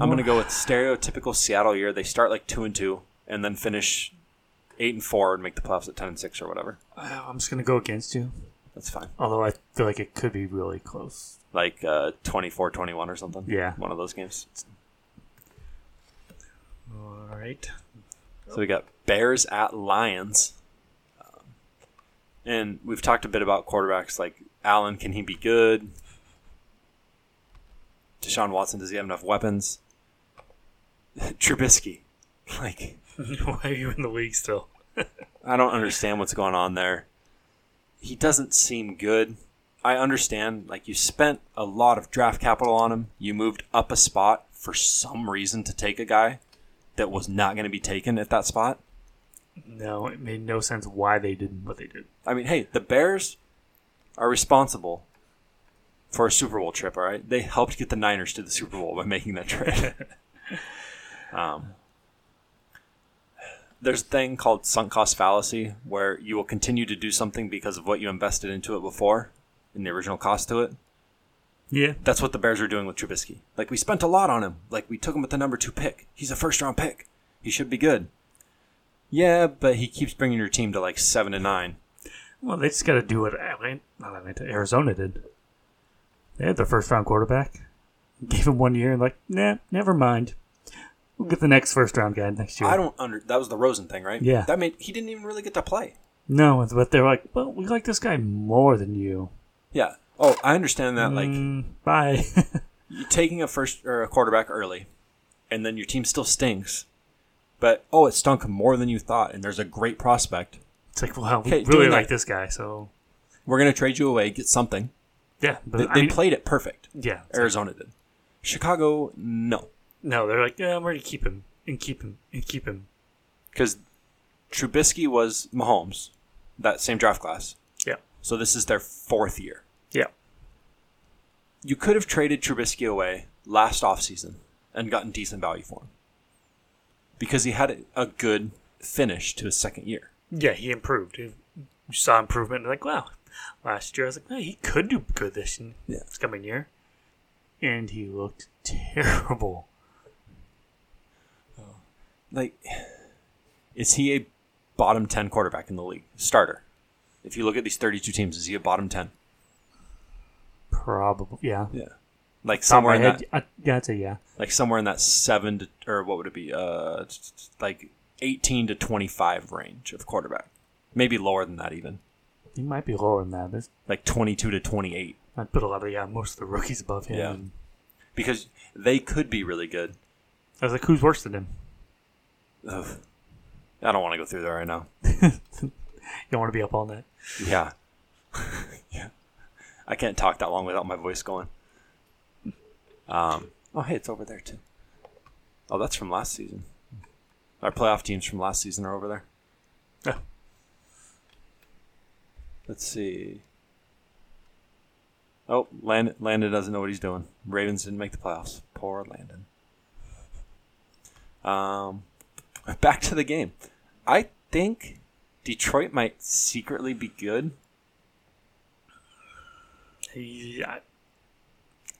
Speaker 7: I'm gonna go with stereotypical Seattle year. They start like two and two, and then finish eight and four, and make the playoffs at ten and six or whatever.
Speaker 8: Uh, I'm just gonna go against you,
Speaker 7: That's fine.
Speaker 8: although I feel like it could be really close.
Speaker 7: Like uh, 24-21 or something.
Speaker 8: Yeah.
Speaker 7: one of those games.
Speaker 8: All right.
Speaker 7: So we got Bears at Lions. Um, And we've talked a bit about quarterbacks like Allen. Can he be good? Deshaun Watson, does he have enough weapons? Trubisky. Like,
Speaker 8: Why are you in the league still?
Speaker 7: I don't understand what's going on there. He doesn't seem good. I understand, like, you spent a lot of draft capital on him. You moved up a spot for some reason to take a guy that was not going to be taken at that spot.
Speaker 8: No, it made no sense why they did what they did.
Speaker 7: I mean, hey, the Bears are responsible for a Super Bowl trip, all right? They helped get the Niners to the Super Bowl by making that trip. um, there's a thing called sunk cost fallacy where you will continue to do something because of what you invested into it before and the original cost to it.
Speaker 8: Yeah.
Speaker 7: That's what the Bears are doing with Trubisky. Like, we spent a lot on him. Like, we took him with the number two pick. He's a first round pick. He should be good. Yeah, but he keeps bringing your team to like seven to nine.
Speaker 8: Well, they just got to do what Atlanta, not Atlanta, Arizona did. They had their first round quarterback, gave him one year, and like, nah, never mind. We'll get the next first round guy next year.
Speaker 7: I don't under. That was the Rosen thing, right?
Speaker 8: Yeah.
Speaker 7: That made he didn't even really get to play.
Speaker 8: No, it's- but they're like, well, we like this guy more than you.
Speaker 7: Yeah. Oh, I understand that. Like
Speaker 8: Mm, bye.
Speaker 7: you taking a first or a quarterback early, and then your team still stinks. But oh, it stunk more than you thought, and there's a great prospect.
Speaker 8: it's like, well, we
Speaker 7: Okay,
Speaker 8: really
Speaker 7: doing
Speaker 8: like
Speaker 7: that-
Speaker 8: this guy, so
Speaker 7: We're gonna trade you away, get something.
Speaker 8: yeah. But
Speaker 7: They,
Speaker 8: I
Speaker 7: they
Speaker 8: mean,
Speaker 7: played it perfect.
Speaker 8: yeah. it's like,
Speaker 7: Arizona did. Chicago, no,
Speaker 8: no, they're like, yeah, we're gonna keep him and keep him and keep him.
Speaker 7: because Trubisky was Mahomes, that same draft class.
Speaker 8: Yeah,
Speaker 7: So this is their fourth year.
Speaker 8: yeah.
Speaker 7: you could have traded Trubisky away last offseason and gotten decent value for him because he had a good finish to his second year.
Speaker 8: Yeah, he improved. He, you saw improvement. Like, wow, last year I was like, hey, he could do good this,
Speaker 7: Yeah.
Speaker 8: this coming year. And he looked terrible.
Speaker 7: Like, is he a bottom 10 quarterback in the league? Starter. If you look at these 32 teams, is he a bottom 10?
Speaker 8: Probably, yeah.
Speaker 7: Yeah. Like
Speaker 8: Top of my
Speaker 7: somewhere in that,
Speaker 8: head, I, yeah, I'd say yeah.
Speaker 7: like somewhere in that 7 to or what would it be? Uh t- t- t- like 18 to 25 range of quarterback. Maybe lower than that even.
Speaker 8: He might be lower than that. There's,
Speaker 7: Like 22 to 28.
Speaker 8: I'd put a lot of yeah, most of the rookies above him.
Speaker 7: Yeah. Because they could be really good.
Speaker 8: I was like, who's worse than him?
Speaker 7: Ugh. I don't want to go through that right now.
Speaker 8: don't want to be up all night.
Speaker 7: Yeah. yeah. I can't talk that long without my voice going. Um, oh, hey, it's over there, too. Oh, that's from last season. Our playoff teams from last season are over there.
Speaker 8: Oh.
Speaker 7: Let's see. Oh, Land- Landon doesn't know what he's doing. Ravens didn't make the playoffs. Poor Landon. Um, back to the game. I think Detroit might secretly be good.
Speaker 8: Yeah,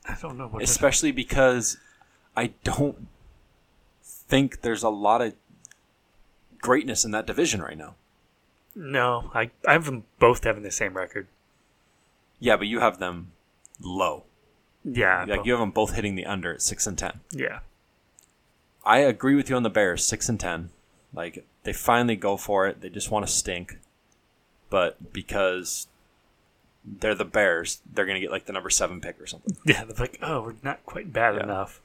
Speaker 8: I, I don't know what. to-
Speaker 7: especially because I don't think there's a lot of greatness in that division right now.
Speaker 8: no, I I have them both having the same record.
Speaker 7: Yeah, but you have them low.
Speaker 8: Yeah,
Speaker 7: Like
Speaker 8: but-
Speaker 7: you have them both hitting the under at six and ten.
Speaker 8: yeah,
Speaker 7: I agree with you on the Bears, six and ten. Like they finally go for it. They just want to stink, but because they're the Bears, they're gonna get like the number seven pick or something,
Speaker 8: yeah. They're like, oh, we're not quite bad
Speaker 7: Yeah.
Speaker 8: enough.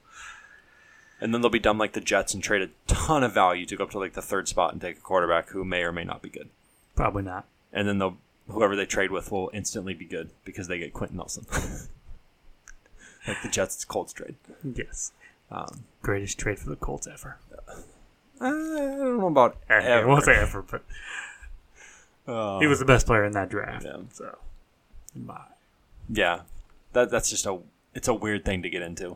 Speaker 7: and then they'll be dumb like the Jets and trade a ton of value to go up to like the third spot and take a quarterback who may or may not be good.
Speaker 8: Probably not.
Speaker 7: and then they'll whoever they trade with will instantly be good because they get Quentin Nelson. like the Jets Colts trade.
Speaker 8: Yes.
Speaker 7: Um,
Speaker 8: Greatest trade for the Colts ever.
Speaker 7: I don't know about
Speaker 8: ever.
Speaker 7: ever.
Speaker 8: I won't say ever, but
Speaker 7: Uh,
Speaker 8: he was the best player in that draft.
Speaker 7: Yeah.
Speaker 8: So, my.
Speaker 7: yeah, that that's just a it's a weird thing to get into.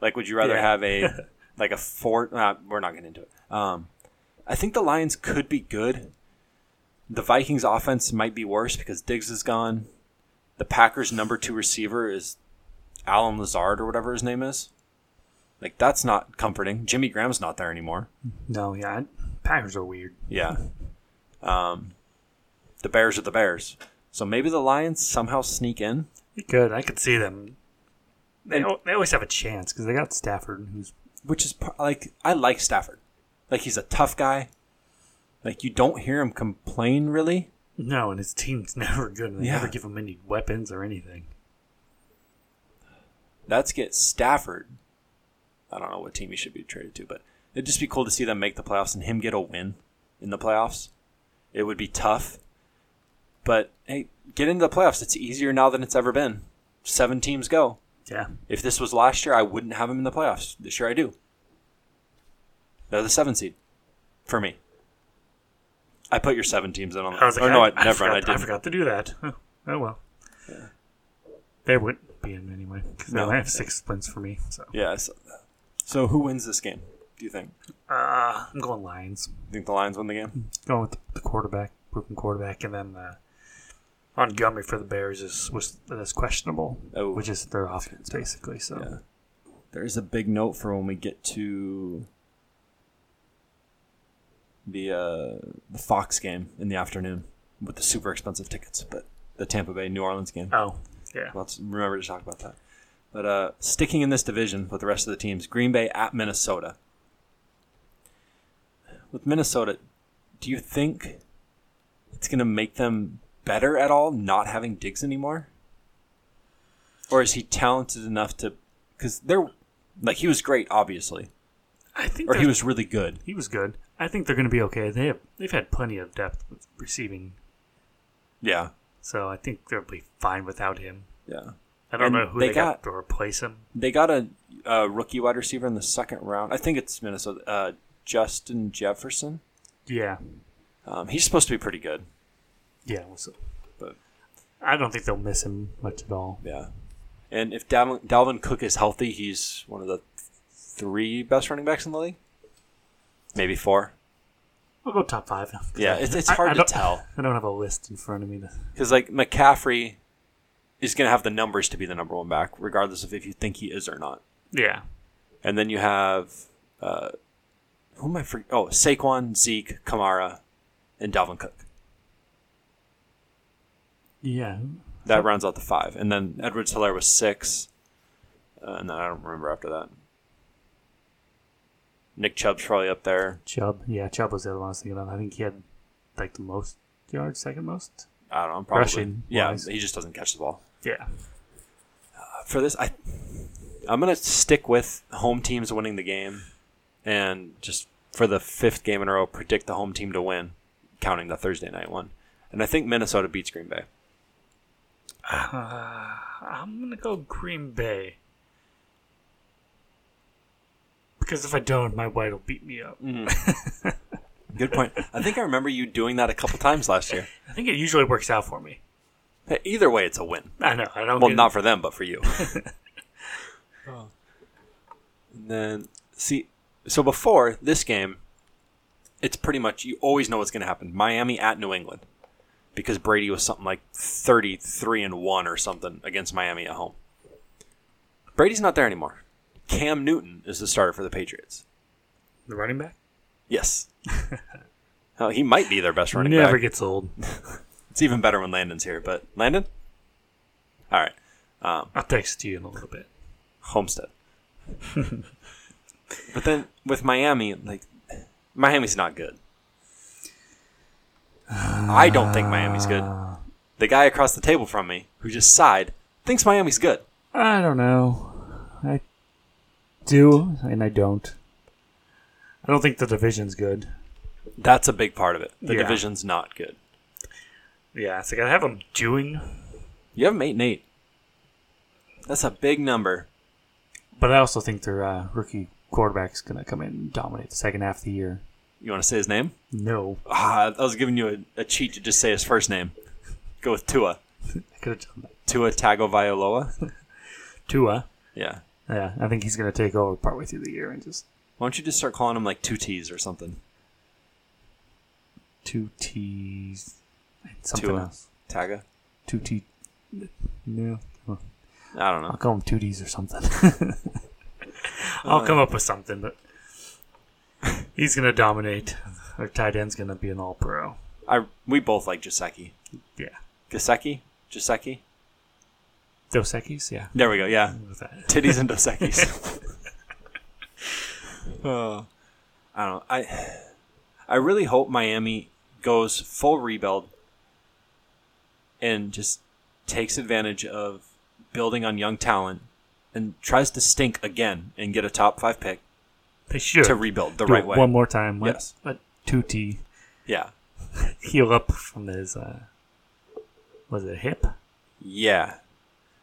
Speaker 7: Like, would you rather
Speaker 8: Yeah.
Speaker 7: have a like a four? Uh, we're not getting into it. Um, I think the Lions could be good. The Vikings offense might be worse because Diggs is gone. The Packers' number two receiver is Alan Lazard or whatever his name is. Like that's not comforting. Jimmy Graham's not there anymore.
Speaker 8: No, yeah, I- Packers are weird.
Speaker 7: Yeah. Um, the Bears are the Bears. So maybe the Lions somehow sneak in.
Speaker 8: They could. I could see them. They, al- they always have a chance because they got Stafford, who's
Speaker 7: which is par- like I like Stafford. Like he's a tough guy. Like you don't hear him complain really.
Speaker 8: no, and his team's never good. They
Speaker 7: Yeah.
Speaker 8: never give him any weapons or anything.
Speaker 7: Let's get Stafford. I don't know what team he should be traded to, but it'd just be cool to see them make the playoffs and him get a win in the playoffs. It would be tough. But hey, get into the playoffs. It's easier now than it's ever been. Seven teams go.
Speaker 8: Yeah,
Speaker 7: If this was last year, I wouldn't have him in the playoffs. This year, I do. They're the seven seed for me. I put your seven teams in on.
Speaker 8: I was like,
Speaker 7: or Oh, no,
Speaker 8: I,
Speaker 7: I, never
Speaker 8: I,
Speaker 7: mind. I
Speaker 8: forgot, I,
Speaker 7: did.
Speaker 8: forgot to do that. Oh, oh well, they wouldn't be in anyway because
Speaker 7: No.
Speaker 8: they have six wins for me. So
Speaker 7: Yeah. I saw that. So who wins this game? Do you think?
Speaker 8: uh, I'm going Lions.
Speaker 7: Think the Lions win the game?
Speaker 8: Going with the quarterback, proven quarterback, and then uh, Montgomery for the Bears is was that's questionable,
Speaker 7: Oh.
Speaker 8: which is their offense basically. So
Speaker 7: Yeah. There is a big note for when we get to the uh, the Fox game in the afternoon with the super expensive tickets, but the Tampa Bay New Orleans game.
Speaker 8: oh yeah,
Speaker 7: Let's remember to talk about that. But uh, sticking in this division with the rest of the teams, Green Bay at Minnesota. With Minnesota, do you think it's going to make them better at all not having Diggs anymore? Or is he talented enough to. Because they're. Like, he was great, obviously.
Speaker 8: I think
Speaker 7: Or he
Speaker 8: they're-
Speaker 7: was really good.
Speaker 8: he was good. I think they're going to be okay. They have they've had plenty of depth with receiving,
Speaker 7: Yeah.
Speaker 8: so I think they'll be fine without him.
Speaker 7: Yeah.
Speaker 8: I don't
Speaker 7: And
Speaker 8: know who
Speaker 7: they
Speaker 8: they, got,
Speaker 7: got-
Speaker 8: to replace him.
Speaker 7: They got a, a rookie wide receiver in the second round. I think it's Minnesota. Uh, Justin Jefferson.
Speaker 8: Yeah,
Speaker 7: Um, he's supposed to be pretty good.
Speaker 8: yeah. we'll see.
Speaker 7: But-
Speaker 8: I don't think they'll miss him much at all.
Speaker 7: Yeah. And if Dalvin, Dalvin Cook is healthy, he's one of the three best running backs in the league. Maybe four.
Speaker 8: We'll go top five.
Speaker 7: Yeah, it's, it's
Speaker 8: I-
Speaker 7: hard
Speaker 8: I
Speaker 7: to
Speaker 8: don't-
Speaker 7: tell
Speaker 8: I don't have a list in front of me. To,
Speaker 7: because like McCaffrey is going to have the numbers to be the number one back, regardless of if you think he is or not.
Speaker 8: yeah,
Speaker 7: And then you have uh, who am I? For- oh, Saquon, Zeke, Kamara, and Dalvin Cook.
Speaker 8: yeah.
Speaker 7: That rounds out the five, and then Edwards Hilaire was six, uh, and then I don't remember after that. Nick Chubb's probably up there.
Speaker 8: Chubb. Yeah, Chubb was the other one I was thinking of. I think he had like the most yards, second most.
Speaker 7: I don't know. Probably.
Speaker 8: Rushing
Speaker 7: yeah,
Speaker 8: wise.
Speaker 7: he just doesn't catch the ball.
Speaker 8: Yeah,
Speaker 7: For this, I I'm gonna stick with home teams winning the game, and just for the fifth game in a row, predict the home team to win counting the Thursday night one. And I think Minnesota beats Green Bay.
Speaker 8: I'm gonna go Green Bay. Because if I don't, my white will beat me up.
Speaker 7: Good point. I think I remember you doing that a couple times last year.
Speaker 8: I think it usually works out for me.
Speaker 7: Hey, Either way, it's a win.
Speaker 8: I know. I don't.
Speaker 7: Well,
Speaker 8: get-
Speaker 7: not for them, but for you. And then see, so before this game, it's pretty much you always know what's going to happen. Miami at New England, because Brady was something like thirty-three and one or something against Miami at home. Brady's not there anymore. Cam Newton is the starter for the Patriots.
Speaker 8: the running back
Speaker 7: Yes. Oh, he might be their best running
Speaker 8: never
Speaker 7: back.
Speaker 8: gets old.
Speaker 7: It's even better when Landon's here, but Landon? All right.
Speaker 8: I'll text you in a little bit.
Speaker 7: Homestead. but then with Miami, like Miami's not good. I don't think Miami's good. The guy across the table from me, who just sighed, thinks Miami's good.
Speaker 8: I don't know. I do and I don't. I don't think the division's good.
Speaker 7: That's a big part of it. The
Speaker 8: Yeah.
Speaker 7: division's not good.
Speaker 8: Yeah, it's like I have them doing,
Speaker 7: You have them eight and eight. That's a big number.
Speaker 8: but I also think their uh, rookie quarterback's gonna come in and dominate the second half of the year.
Speaker 7: You want to say his name?
Speaker 8: No,
Speaker 7: Ah, I was giving you a, a cheat to just say his first name. Go with Tua.
Speaker 8: I could have done that.
Speaker 7: Tua Tagovailoa.
Speaker 8: Tua.
Speaker 7: Yeah.
Speaker 8: Yeah, I think he's gonna take over partway through the year and just
Speaker 7: Why don't you just start calling him like two T's or something?
Speaker 8: two T's and something
Speaker 7: Tua.
Speaker 8: else.
Speaker 7: Taga.
Speaker 8: Two T. No,
Speaker 7: I don't know.
Speaker 8: I'll call him two D's or something. I'll come up with something, but he's gonna dominate. Our tight end's gonna be an all pro.
Speaker 7: I we both like Jaceki.
Speaker 8: Yeah.
Speaker 7: Gaseki? Jaceki?
Speaker 8: Dos Equis? yeah.
Speaker 7: There we go. Yeah,
Speaker 8: With that.
Speaker 7: titties and Dosekis. oh, I don't. Know. I I really hope Miami goes full rebuild and just takes advantage of building on young talent and tries to stink again and get a top five pick
Speaker 8: They should
Speaker 7: to rebuild the
Speaker 8: do
Speaker 7: right
Speaker 8: it
Speaker 7: way.
Speaker 8: one more time. Let,
Speaker 7: Yes.
Speaker 8: let Tutti
Speaker 7: Yeah,
Speaker 8: heal up from his uh, was it hip?
Speaker 7: yeah,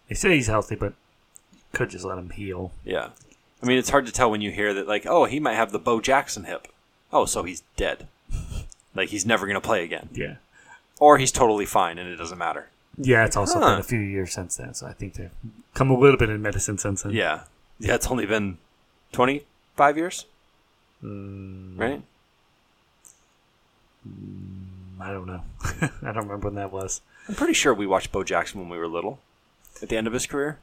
Speaker 8: They say he's healthy, but could just let him heal.
Speaker 7: yeah. I mean, it's hard to tell when you hear that, like, oh, he might have the Bo Jackson hip. Oh, so he's dead. Like he's never gonna play again.
Speaker 8: Yeah,
Speaker 7: or he's totally fine and it doesn't matter.
Speaker 8: yeah. It's also
Speaker 7: Huh.
Speaker 8: been a few years since then, so I think they've come a little bit in medicine since then.
Speaker 7: Yeah. Yeah, it's only been 25 years. Right?
Speaker 8: I don't know. I don't remember when that was.
Speaker 7: I'm pretty sure we watched Bo Jackson when we were little at the end of his career.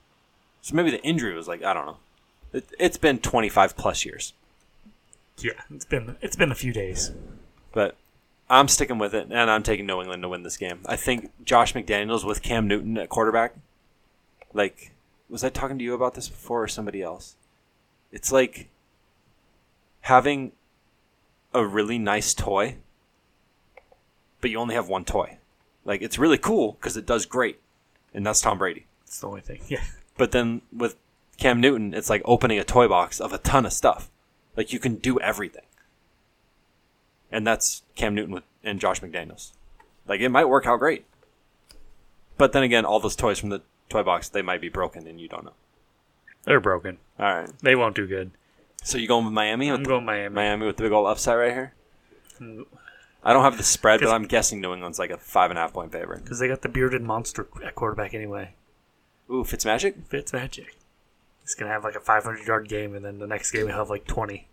Speaker 7: So maybe the injury was like, I don't know. It, it's been 25 plus years.
Speaker 8: Yeah, it's been it's been a few days.
Speaker 7: But I'm sticking with it and I'm taking New England to win this game. I think Josh McDaniels with Cam Newton at quarterback. Like, was I talking to you about this before or somebody else? It's like having a really nice toy, but you only have one toy. Like, it's really cool because it does great, and that's Tom Brady.
Speaker 8: It's the only thing. Yeah,
Speaker 7: But then with Cam Newton, it's like opening a toy box of a ton of stuff. Like you can do everything. And that's Cam Newton with, and Josh McDaniels. Like it might work out great. But then again, all those toys from the toy box, they might be broken and you don't know.
Speaker 8: they're broken.
Speaker 7: All right.
Speaker 8: They won't do good.
Speaker 7: So you going with Miami? With
Speaker 8: I'm going Miami.
Speaker 7: Miami with the big old upset right here? I don't have the spread, but
Speaker 8: Cause-
Speaker 7: I'm guessing New England's like a five and a half point favorite.
Speaker 8: Because they got the bearded monster at quarterback anyway.
Speaker 7: Ooh, Fitzmagic?
Speaker 8: Fitz magic. He's gonna have like a 500 yard game, and then the next game he'll have like 20.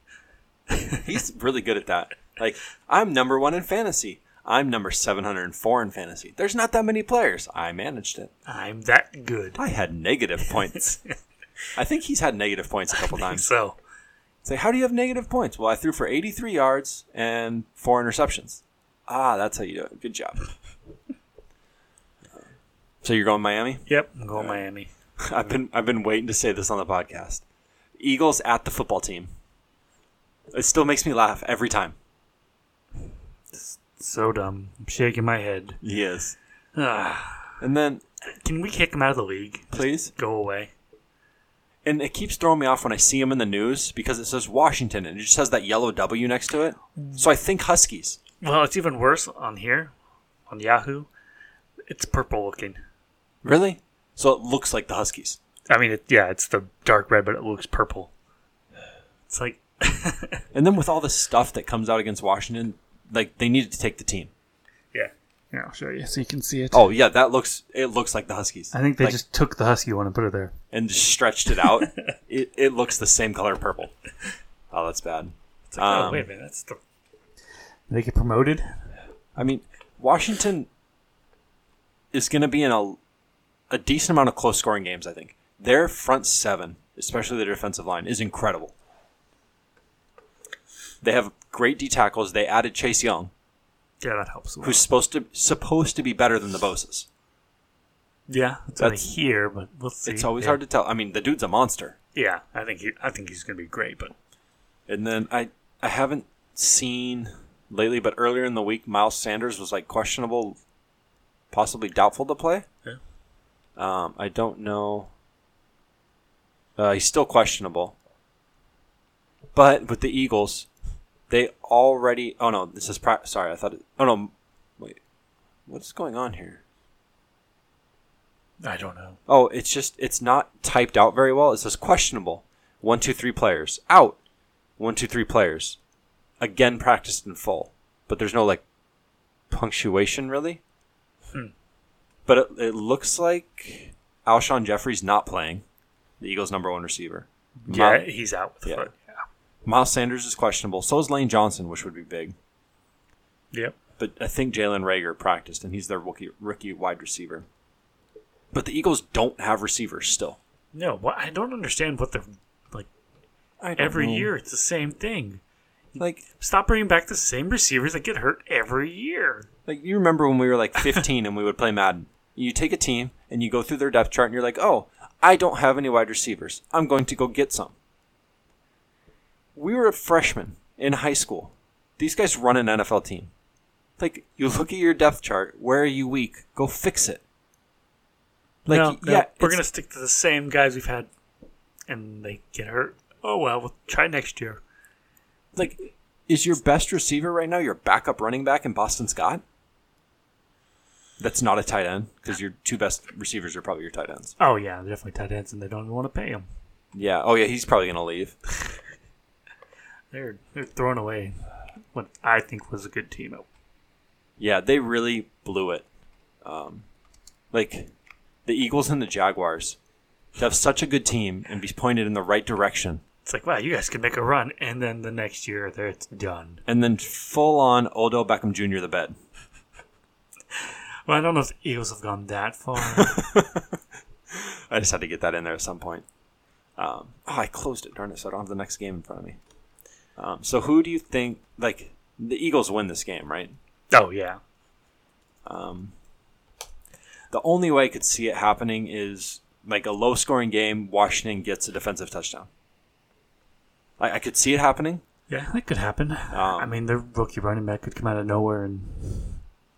Speaker 7: He's really good at that. Like, I'm number one in fantasy. I'm number 704 in fantasy. There's not that many players. I managed it.
Speaker 8: I'm that good.
Speaker 7: I had negative points. I think he's had negative points a couple times.
Speaker 8: So
Speaker 7: Say, how do you have negative points? Well, I threw for 83 yards and four interceptions. Ah, that's how you do it. Good job. So you're going Miami?
Speaker 8: yep, I'm going Miami.
Speaker 7: I've been I've been waiting to say this on the podcast. Eagles at the football team. It still makes me laugh every time.
Speaker 8: So dumb. I'm shaking my head.
Speaker 7: Yes.
Speaker 8: Ah,
Speaker 7: And then,
Speaker 8: can we kick him out of the league?
Speaker 7: please,
Speaker 8: Go away.
Speaker 7: And it keeps throwing me off when I see him in the news because it says Washington and it just has that yellow W next to it. So I think Huskies.
Speaker 8: Well, it's even worse on here, on Yahoo. It's purple looking.
Speaker 7: Really? So it looks like the Huskies.
Speaker 8: I mean, it, yeah, it's the dark red, but it looks purple. It's like,
Speaker 7: And then with all the stuff that comes out against Washington, like they needed to take the team.
Speaker 8: yeah. Yeah, I'll show you so you can see it.
Speaker 7: Oh yeah, that looks it looks like the Huskies.
Speaker 8: I think they
Speaker 7: Like,
Speaker 8: just took the husky one and put it there.
Speaker 7: and just stretched it out. it, it looks the same color purple. Oh, that's bad. Um,
Speaker 8: oh, a minute, that's the. They get promoted.
Speaker 7: I mean, Washington is going to be in a a decent amount of close scoring games. I think their front seven, especially their defensive line, is incredible. They have great D tackles. They added Chase Young,
Speaker 8: Yeah, that helps. a lot.
Speaker 7: who's supposed to supposed to be better than the Boses.
Speaker 8: yeah, it's what I
Speaker 7: that's-
Speaker 8: hear, but we'll see.
Speaker 7: It's always
Speaker 8: yeah.
Speaker 7: hard to tell. I mean, the dude's a monster.
Speaker 8: Yeah, I think he, I think he's going to be great, but
Speaker 7: And then I I haven't seen lately, but earlier in the week, Miles Sanders was like questionable, possibly doubtful to play.
Speaker 8: Yeah.
Speaker 7: Um, I don't know. Uh, he's still questionable. But with the Eagles, they already. Oh no, this is pra- sorry. I thought. It, oh no, wait. What's going on here?
Speaker 8: I don't know.
Speaker 7: Oh, it's just it's not typed out very well. It says questionable. One, two, three players out. One, two, three players. Again, practiced in full, but there's no like punctuation really.
Speaker 8: Hmm.
Speaker 7: But it, it looks like Alshon Jeffrey's not playing. The Eagles' number one receiver.
Speaker 8: Yeah,
Speaker 7: Mile-
Speaker 8: he's out with the
Speaker 7: yeah.
Speaker 8: foot.
Speaker 7: Miles Sanders is questionable. So is Lane Johnson, which would be big.
Speaker 8: Yep.
Speaker 7: But I think Jalen Rager practiced, and he's their rookie rookie wide receiver. But the Eagles don't have receivers still.
Speaker 8: No, what, I don't understand what the like.
Speaker 7: I don't
Speaker 8: Every
Speaker 7: know.
Speaker 8: year, it's the same thing.
Speaker 7: like
Speaker 8: Stop bringing back the same receivers that get hurt every year.
Speaker 7: Like you remember when we were like 15 and we would play Madden. You take a team and you go through their depth chart and you're like, "Oh, I don't have any wide receivers. I'm going to go get some." We were freshmen in high school. These guys run an NFL team. Like you look at your depth chart, where are you weak? Go fix it. Like
Speaker 8: no, no,
Speaker 7: yeah,
Speaker 8: we're
Speaker 7: it's-
Speaker 8: gonna stick to the same guys we've had, and they get hurt. Oh well, we'll try next year.
Speaker 7: like is your best receiver right now your backup running back in Boston Scott? That's not a tight end because your two best receivers are probably your tight ends.
Speaker 8: Oh yeah, they're definitely tight ends, and they don't even want to pay him.
Speaker 7: Yeah. Oh, yeah. He's probably gonna leave.
Speaker 8: They're they're throwing away what I think was a good team.
Speaker 7: Yeah, they really blew it. Um, like the Eagles and the Jaguars to have such a good team and be pointed in the right direction,
Speaker 8: It's like wow, you guys can make a run, and then the next year, there it's done.
Speaker 7: and then full on Odell Beckham Jr. the bed.
Speaker 8: Well, I don't know if the Eagles have gone that far.
Speaker 7: I just had to get that in there at some point. Um, oh, I closed it. Darn it! So I don't have the next game in front of me. Um, so who do you think? Like the Eagles win this game, right?
Speaker 8: oh yeah,
Speaker 7: The only way I could see it happening is like a low scoring game, Washington gets a defensive touchdown. I, I could see it happening.
Speaker 8: yeah, that could happen. I mean, their rookie running back could come out of nowhere, and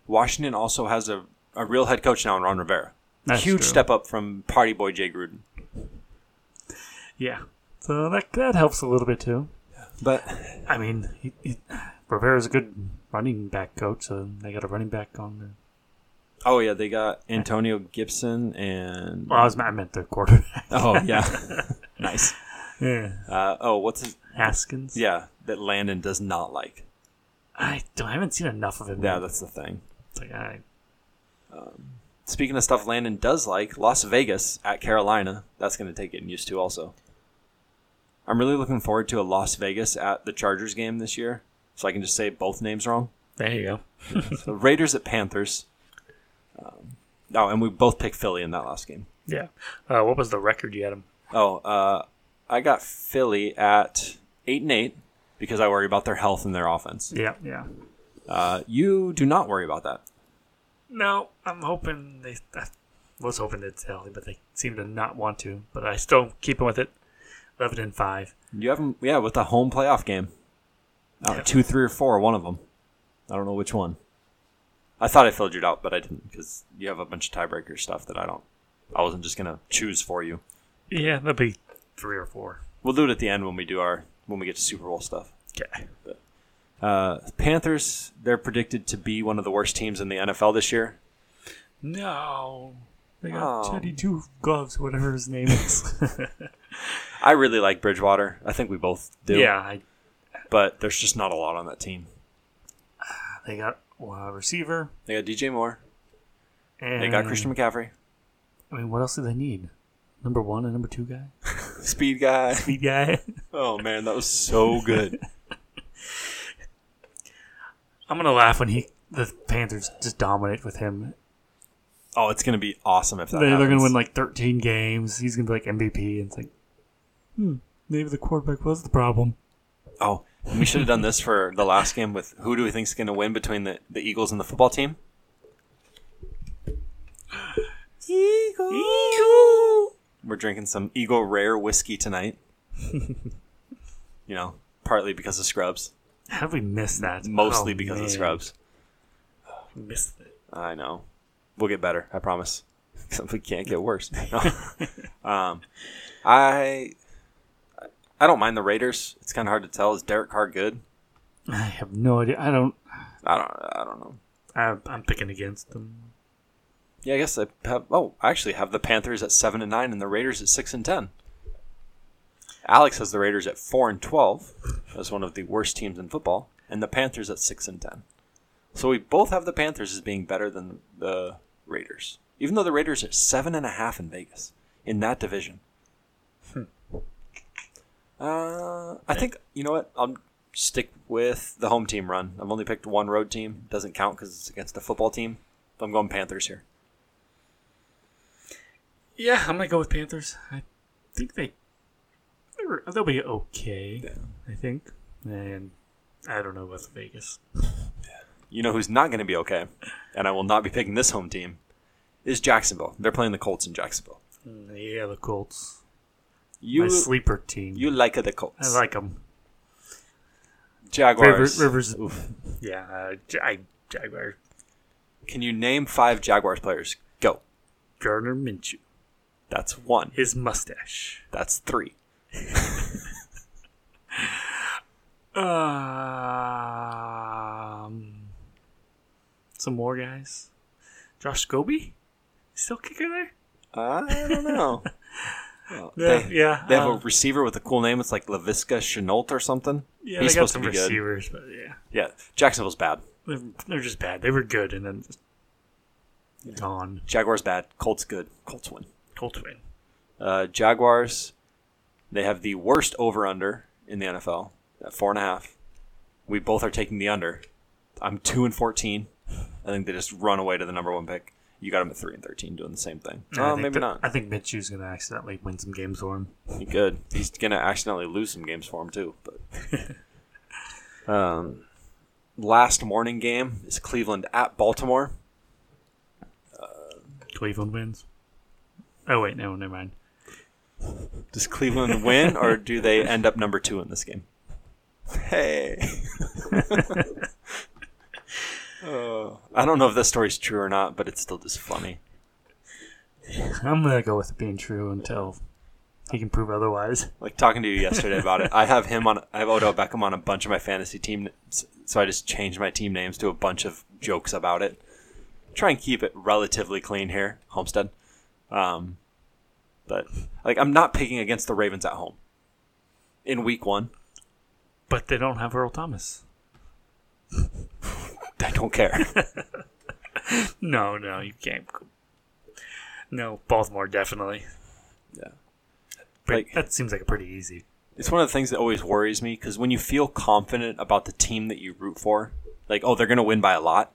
Speaker 7: Washington also has a, a real head coach now in Ron Rivera.
Speaker 8: That's
Speaker 7: Huge
Speaker 8: true.
Speaker 7: step up from party boy Jay Gruden.
Speaker 8: yeah, so that that helps a little bit too.
Speaker 7: But
Speaker 8: I mean, he, he, Rivera's a good running back coach, so they got a running back on there.
Speaker 7: oh yeah, they got Antonio Gibson and
Speaker 8: Well, I was I meant their quarterback.
Speaker 7: oh yeah, nice.
Speaker 8: yeah,
Speaker 7: Uh, oh, what's his?
Speaker 8: Haskins.
Speaker 7: Yeah, that Landon does not like.
Speaker 8: I don't. I haven't seen enough of him.
Speaker 7: Yeah, that's the thing.
Speaker 8: It's like, I,
Speaker 7: Speaking of stuff Landon does like, Las Vegas at Carolina. That's going to take getting used to also. I'm really looking forward to a Las Vegas at the Chargers game this year, so I can just say both names wrong.
Speaker 8: there you go.
Speaker 7: So Raiders at Panthers. Um, oh, and we both picked Philly in that last game.
Speaker 8: Yeah. Uh, what was the record you had him?
Speaker 7: Oh, uh, I got Philly at eight and eight because I worry about their health and their offense.
Speaker 8: Yeah, yeah.
Speaker 7: Uh, you do not worry about that.
Speaker 8: No, I'm hoping they. I was hoping it's healthy, but they seem to not want to. But I still keep them with it. Eleven and five.
Speaker 7: You have 'em- yeah, with a home playoff game. Uh,
Speaker 8: Yeah.
Speaker 7: Two, three, or four, one of them. I don't know which one. I thought I filled it out, but I didn't because you have a bunch of tiebreaker stuff that I don't. I wasn't just gonna choose for you.
Speaker 8: Yeah, that'll be three or four.
Speaker 7: We'll do it at the end when we do our when we get to Super Bowl stuff.
Speaker 8: Okay.
Speaker 7: Uh, Panthers, they're predicted to be one of the worst teams in the NFL this year.
Speaker 8: No. They got
Speaker 7: Oh.
Speaker 8: Teddy Two Gloves, whatever his name is.
Speaker 7: I really like Bridgewater. I think we both do.
Speaker 8: yeah, I,
Speaker 7: But there's just not a lot on that team.
Speaker 8: they got uh, receiver.
Speaker 7: They got DJ Moore.
Speaker 8: And,
Speaker 7: They got Christian McCaffrey.
Speaker 8: I mean, what else do they need? Number one and number two guy?
Speaker 7: Speed guy.
Speaker 8: Speed guy?
Speaker 7: Oh, man, that was so good.
Speaker 8: I'm going to laugh when he the Panthers just dominate with him.
Speaker 7: oh, it's going to be awesome if that
Speaker 8: They, are going
Speaker 7: happens.
Speaker 8: to win like 13 games. He's going to be like MVP. And it's like, hmm, maybe the quarterback was the problem.
Speaker 7: Oh, we should have done this for the last game with who do we think's going to win between the, the Eagles and the football team? Eagle. We're drinking some Eagle Rare whiskey tonight. you know, partly because of Scrubs,
Speaker 8: How did we miss that?
Speaker 7: mostly
Speaker 8: Oh,
Speaker 7: because
Speaker 8: man.
Speaker 7: of Scrubs.
Speaker 8: Missed it.
Speaker 7: I know. We'll get better. I promise. we can't get worse. No. um, I I don't mind the Raiders. It's kind of hard to tell. Is Derek Carr good?
Speaker 8: I have no idea. I don't.
Speaker 7: I don't. I don't know.
Speaker 8: I, I'm picking against them.
Speaker 7: Yeah, I guess I have. Oh, I actually have the Panthers at seven and nine, and the Raiders at six and ten. Alex has the Raiders at four and twelve, as one of the worst teams in football, and the Panthers at six and ten. So we both have the Panthers as being better than the Raiders, even though the Raiders are seven and a half in Vegas in that division. Hmm. Uh, I think you know what I'll stick with the home team run. I've only picked one road team; doesn't count because it's against a football team. I'm going Panthers here.
Speaker 8: Yeah, I'm gonna go with Panthers. I think they they're- they'll be okay. I think, and I don't know about Vegas.
Speaker 7: You know who's not going to be okay, and I will not be picking this home team, is Jacksonville. They're playing the Colts in Jacksonville.
Speaker 8: Yeah, the Colts.
Speaker 7: You
Speaker 8: My sleeper team.
Speaker 7: you like the Colts.
Speaker 8: I like them.
Speaker 7: Jaguars.
Speaker 8: River- Rivers-
Speaker 7: Oof.
Speaker 8: Yeah, uh, J- I Jaguars.
Speaker 7: Can you name five Jaguars players? Go.
Speaker 8: Gardner Minshew.
Speaker 7: That's one.
Speaker 8: His mustache.
Speaker 7: That's three.
Speaker 8: Um, some more guys. Josh Scobie, still kicker there.
Speaker 7: I don't know. Well,
Speaker 8: Yeah,
Speaker 7: they,
Speaker 8: yeah,
Speaker 7: They have
Speaker 8: uh,
Speaker 7: a receiver with a cool name. It's like Laviska Chenault or something.
Speaker 8: Yeah,
Speaker 7: He's
Speaker 8: they got
Speaker 7: supposed
Speaker 8: some
Speaker 7: to be good.
Speaker 8: receivers, but yeah.
Speaker 7: Yeah, Jacksonville's bad.
Speaker 8: They're, they're just bad. They were good and then just gone.
Speaker 7: Jaguars bad. Colts good. Colts win.
Speaker 8: Colts win.
Speaker 7: Uh, Jaguars, they have the worst over under in the NFL at four and a half. We both are taking the under. I'm two and fourteen. I think they just run away to the number one pick. You got them at three and thirteen, doing the same thing.
Speaker 8: I
Speaker 7: Oh,
Speaker 8: think
Speaker 7: maybe
Speaker 8: that-
Speaker 7: not.
Speaker 8: I think Mitchell's going to accidentally win some games for him.
Speaker 7: He could. He's gonna accidentally lose some games for him too. But um, last morning game is Cleveland at Baltimore.
Speaker 8: Cleveland wins. Oh, wait, no, never mind.
Speaker 7: Does Cleveland win, or do they end up number two in this game? Hey. Oh, I don't know if this story's true or not, but it's still just funny.
Speaker 8: I'm going to go with it being true until he can prove otherwise.
Speaker 7: Like talking to you yesterday about it. I have him on. I have Odell Beckham on a bunch of my fantasy team, so I just changed my team names to a bunch of jokes about it. Try and keep it relatively clean here, Homestead. Um, but like, I'm not picking against the Ravens at home in Week One.
Speaker 8: But they don't have Earl Thomas.
Speaker 7: I don't care.
Speaker 8: No, no, you can't. go- No, Baltimore, definitely.
Speaker 7: Yeah.
Speaker 8: But
Speaker 7: Like-
Speaker 8: that seems like a pretty easy.
Speaker 7: It's one of the things that always worries me because when you feel confident about the team that you root for, like, oh, they're going to win by a lot,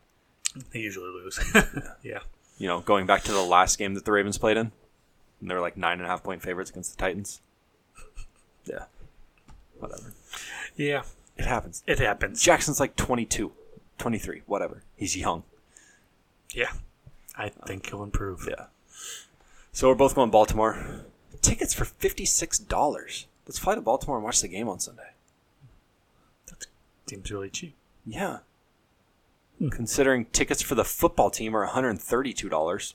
Speaker 8: They usually lose. yeah.
Speaker 7: you know, going back to the last game that the Ravens played in, and they were like nine and a half point favorites against the Titans. Yeah. Whatever.
Speaker 8: Yeah,
Speaker 7: It happens.
Speaker 8: it happens.
Speaker 7: Jackson's like 22, 23, whatever. He's young.
Speaker 8: Yeah. I think he'll improve.
Speaker 7: Yeah. So we're both going Baltimore. Tickets for $56. Let's fly to Baltimore and watch the game on Sunday.
Speaker 8: Seems really cheap.
Speaker 7: Yeah. Considering tickets for the football team are $132.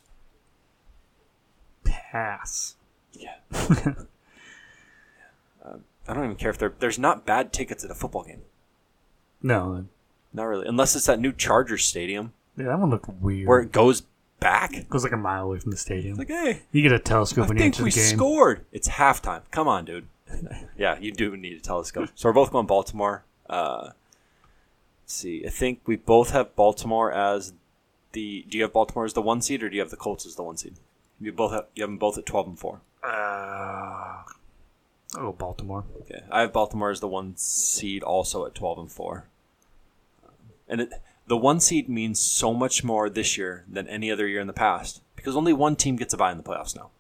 Speaker 8: Pass.
Speaker 7: Um, I don't even care if they're, there's not bad tickets at a football game.
Speaker 8: No,
Speaker 7: Not really, unless it's that new Chargers stadium
Speaker 8: yeah, that one looked weird.
Speaker 7: where it goes back.
Speaker 8: it goes like a mile away from the stadium.
Speaker 7: Like, hey,
Speaker 8: you get a telescope
Speaker 7: I
Speaker 8: when you
Speaker 7: think
Speaker 8: enter
Speaker 7: we
Speaker 8: the game.
Speaker 7: scored. It's halftime. Come on, dude. yeah, you do need a telescope. So we're both going Baltimore. Uh, let's see, I think we both have Baltimore as the. Do you have Baltimore as the one seed, or do you have the Colts as the one seed? You both have you have them both at twelve and four.
Speaker 8: Uh, oh, Baltimore.
Speaker 7: Okay, I have Baltimore as the one seed, also at twelve and four. And it, the one seed means so much more this year than any other year in the past because only one team gets a bye in the playoffs now.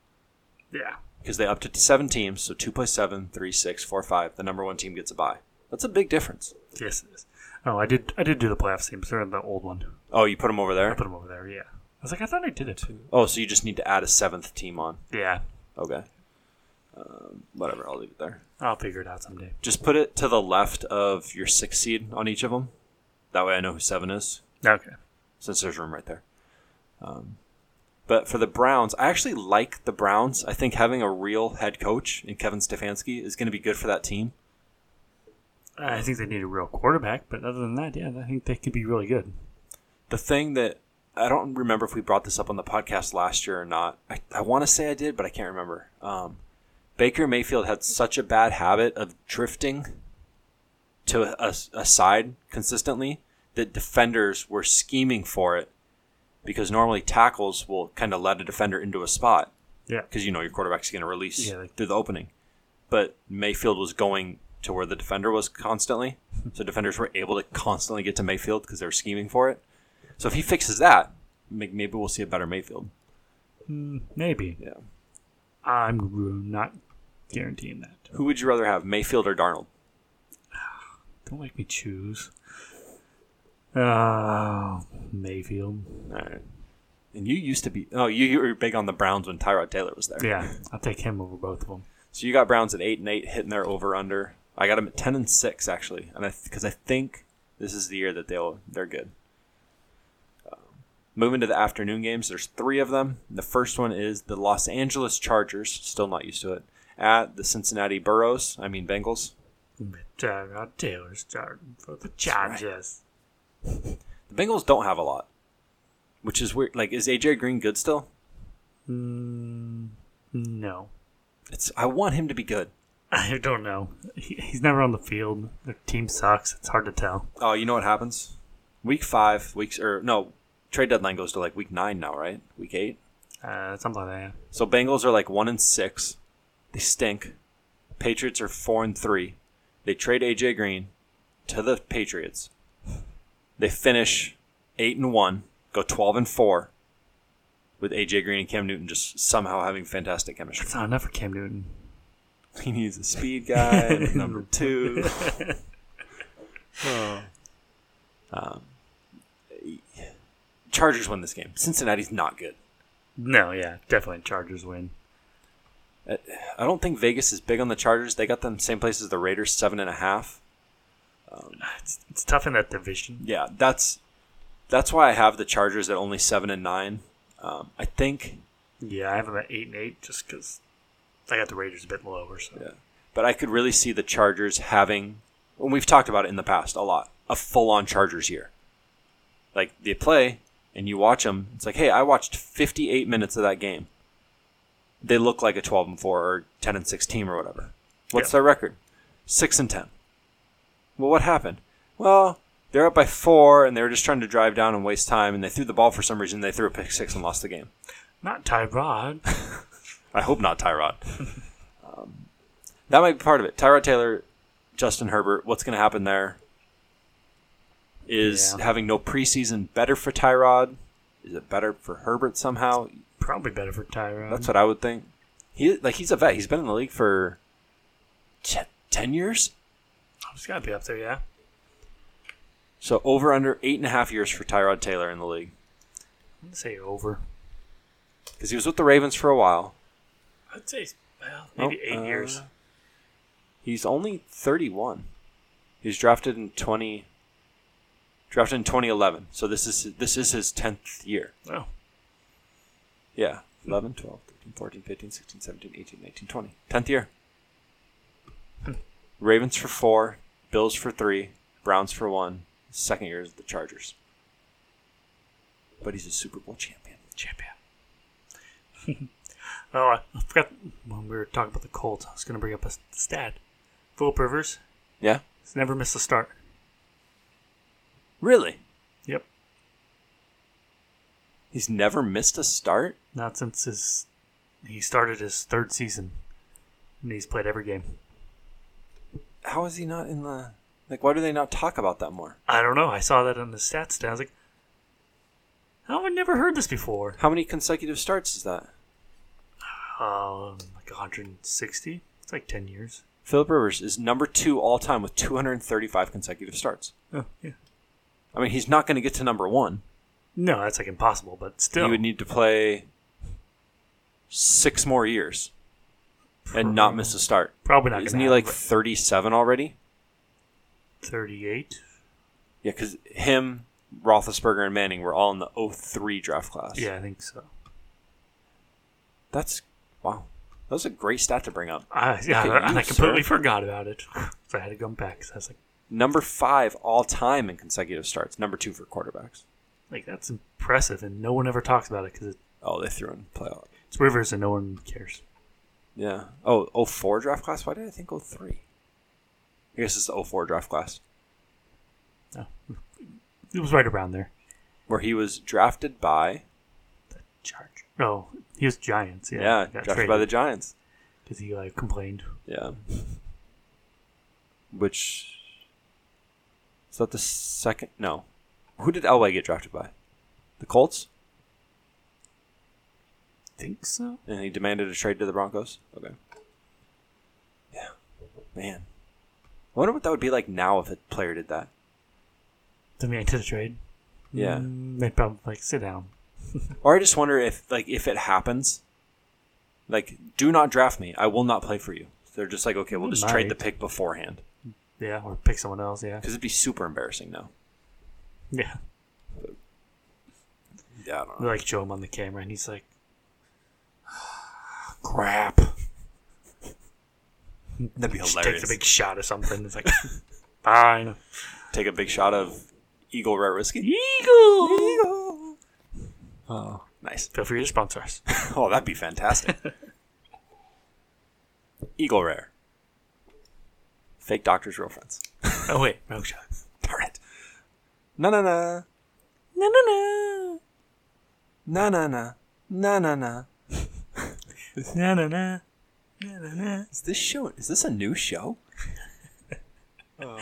Speaker 8: Yeah.
Speaker 7: because they upped it to seven teams. So two plus seven, three, six, four, five. The number one team gets a bye. That's a big difference.
Speaker 8: Yes, it is. Oh, I did. I did do the playoff team, sort of the old one.
Speaker 7: Oh, you put them over
Speaker 8: I
Speaker 7: there.
Speaker 8: put them over there. Yeah. I was like, I thought I did it.
Speaker 7: Oh, so you just need to add a seventh team on.
Speaker 8: Yeah.
Speaker 7: Okay. Um, whatever. I'll leave it there.
Speaker 8: I'll figure it out someday.
Speaker 7: Just put it to the left of your six seed on each of them. That way, I know who seven is.
Speaker 8: Okay.
Speaker 7: since there's room right there. Um, but for the Browns, I actually like the Browns. I think having a real head coach in Kevin Stefanski is going to be good for that team.
Speaker 8: I think they need a real quarterback, but other than that, yeah, I think they could be really good.
Speaker 7: The thing that I don't remember if we brought this up on the podcast last year or not. I, I want to say I did, but I can't remember. Um, Baker Mayfield had such a bad habit of drifting to a, a side consistently that defenders were scheming for it because normally tackles will kind of let a defender into a spot.
Speaker 8: Yeah.
Speaker 7: because you know your quarterback's going to release
Speaker 8: Yeah, like-
Speaker 7: through the opening. But Mayfield was going to where the defender was constantly, so defenders were able to constantly get to Mayfield because they were scheming for it. So if he fixes that, may- maybe we'll see a better Mayfield.
Speaker 8: Maybe.
Speaker 7: Yeah.
Speaker 8: I'm not guaranteeing that.
Speaker 7: Who would you rather have, Mayfield or Darnold?
Speaker 8: Don't make me choose. Uh, Mayfield.
Speaker 7: All right. And you used to be oh you, you were big on the Browns when Tyrod Taylor was there.
Speaker 8: Yeah, I'll take him over both of them.
Speaker 7: So you got Browns at eight and eight hitting their over under. I got them at ten and six actually, and I because I think this is the year that they'll they're good. Um, moving to the afternoon games, there's three of them. The first one is the Los Angeles Chargers, still not used to it, at the Cincinnati Burros. I mean Bengals.
Speaker 8: Tyrod Taylor's starting for the Chargers.
Speaker 7: The Bengals don't have a lot, which is weird. Like, is AJ Green good still?
Speaker 8: Mm, no,
Speaker 7: It's I want him to be good.
Speaker 8: I don't know. He, he's never on the field. Their team sucks. It's hard to tell.
Speaker 7: Oh, you know what happens? Week five, weeks or no, trade deadline goes to like week nine now, right? Week eight.
Speaker 8: Uh, something like that.
Speaker 7: So Bengals are like one and six. They stink. Patriots are four and three. They trade AJ Green to the Patriots. They finish eight and one, go twelve and four, with AJ Green and Cam Newton just somehow having fantastic chemistry.
Speaker 8: It's not enough for Cam Newton.
Speaker 7: He needs a speed guy and a number two. Oh. Um, Chargers win this game. Cincinnati's not good.
Speaker 8: No, yeah, definitely Chargers win.
Speaker 7: I don't think Vegas is big on the Chargers. They got them same place as the Raiders, seven and a half.
Speaker 8: It's, it's tough in that division.
Speaker 7: yeah, that's that's why I have the Chargers at only seven and nine. Um, I think,
Speaker 8: Yeah, I have them at eight and eight just because I got the Raiders a bit lower. So
Speaker 7: but I could really see the Chargers having, and we've talked about it in the past a lot, a full-on Chargers year. Like they play, and you watch them. It's like, hey, I watched fifty-eight minutes of that game. They look like a twelve and four or ten and six team or whatever. What's
Speaker 8: Yeah.
Speaker 7: their record? Six and ten. Well, what happened? Well, they're up by four, and they were just trying to drive down and waste time, and they threw the ball for some reason. They threw a pick six and lost the game.
Speaker 8: not Tyrod.
Speaker 7: I hope not Tyrod. um, that might be part of it. Tyrod Taylor, Justin Herbert, what's going to happen there? Is
Speaker 8: Yeah.
Speaker 7: having no preseason better for Tyrod? Is it better for Herbert somehow?
Speaker 8: Probably better for Tyrod.
Speaker 7: That's what I would think. He like he's a vet. He's been in the league for te- ten years.
Speaker 8: it's got to be up there. Yeah.
Speaker 7: So over under eight and a half years for Tyrod Taylor in the league
Speaker 8: I'd say over.
Speaker 7: because he was with the Ravens for a while.
Speaker 8: I'd say well, maybe
Speaker 7: Nope,
Speaker 8: eight
Speaker 7: uh,
Speaker 8: years.
Speaker 7: He's only 31. He was drafted in 20 drafted in 2011. So this is this is his 10th year.
Speaker 8: Oh,
Speaker 7: Yeah. 11, 12, 13, 14, 15, 16, 17, 18, 19, 20. 10th year. Ravens for 4, Bills for 3, Browns for one. Second year is the Chargers. But he's a Super Bowl champion.
Speaker 8: Champion. oh, I forgot when we were talking about the Colts. I was going to bring up a s- stat. Philip Rivers
Speaker 7: Yeah?
Speaker 8: has never missed a start.
Speaker 7: Really?
Speaker 8: Yep,
Speaker 7: He's never missed a start?
Speaker 8: not since his he started his third season, and he's played every game.
Speaker 7: How is he not in the. Like, why do they not talk about that more?
Speaker 8: I don't know. I saw that on the stats. today. I was like, how have I never heard this before?
Speaker 7: How many consecutive starts is that?
Speaker 8: Um, like 160. It's like 10 years.
Speaker 7: Philip Rivers is number two all time with 235 consecutive starts.
Speaker 8: Oh yeah.
Speaker 7: I mean, he's not going to get to number one.
Speaker 8: No, that's like impossible. But still,
Speaker 7: He would need to play six more years and not miss a start.
Speaker 8: probably not.
Speaker 7: Isn't
Speaker 8: gonna
Speaker 7: he like
Speaker 8: happen,
Speaker 7: 37 already?
Speaker 8: but 38?
Speaker 7: Yeah, because him, Roethlisberger, and Manning were all in the 03 draft class.
Speaker 8: Yeah, I think so.
Speaker 7: That's, wow. That was a great stat to bring up.
Speaker 8: I, yeah,
Speaker 7: Look at
Speaker 8: I,
Speaker 7: you,
Speaker 8: I completely
Speaker 7: sir.
Speaker 8: forgot about it. so I had to come back. 'cause I was like,
Speaker 7: Number five all time in consecutive starts. Number two for quarterbacks.
Speaker 8: like that's impressive, and no one ever talks about it because
Speaker 7: Oh, they threw in playoff.
Speaker 8: it's Rivers, and no one cares.
Speaker 7: Yeah. Oh, 04 draft class? Why did I think 03? I guess it's the 04 draft class
Speaker 8: It was right around there.
Speaker 7: where he was drafted by,
Speaker 8: Charge. No, he was Giants. Yeah,
Speaker 7: yeah, drafted by the Giants.
Speaker 8: because he like complained.
Speaker 7: Yeah. Which is that the second? No. Who did Elway get drafted by? The Colts,
Speaker 8: Think so?
Speaker 7: and he demanded a trade to the Broncos. Okay. Yeah, man. I wonder what that would be like now if a player did that.
Speaker 8: Then we entered the trade.
Speaker 7: Yeah.
Speaker 8: Mm, they'd probably like sit down.
Speaker 7: Or I just wonder if, like, if it happens, like, do not draft me. I will not play for you. They're just like, okay, we'll just trade the
Speaker 8: Might.
Speaker 7: pick beforehand
Speaker 8: Yeah, or pick someone else. Yeah,
Speaker 7: because it'd be super embarrassing now.
Speaker 8: yeah.
Speaker 7: Yeah, I don't
Speaker 8: We
Speaker 7: know.
Speaker 8: like show him on the camera, and he's like, "Crap."
Speaker 7: That'd be
Speaker 8: Just
Speaker 7: hilarious.
Speaker 8: Takes a big shot or something. It's like, fine.
Speaker 7: take a big shot of Eagle Rare Whiskey.
Speaker 8: Eagle.
Speaker 7: Oh, nice.
Speaker 8: Feel free to sponsor us.
Speaker 7: Oh, that'd be fantastic. Eagle Rare. Fake doctors, real friends.
Speaker 8: Oh wait, no shot.
Speaker 7: Darn it. Na na na. Na na na. Na na na. Na na na.
Speaker 8: Na na na, na na na.
Speaker 7: Is this show? Is this a new show?
Speaker 8: Oh.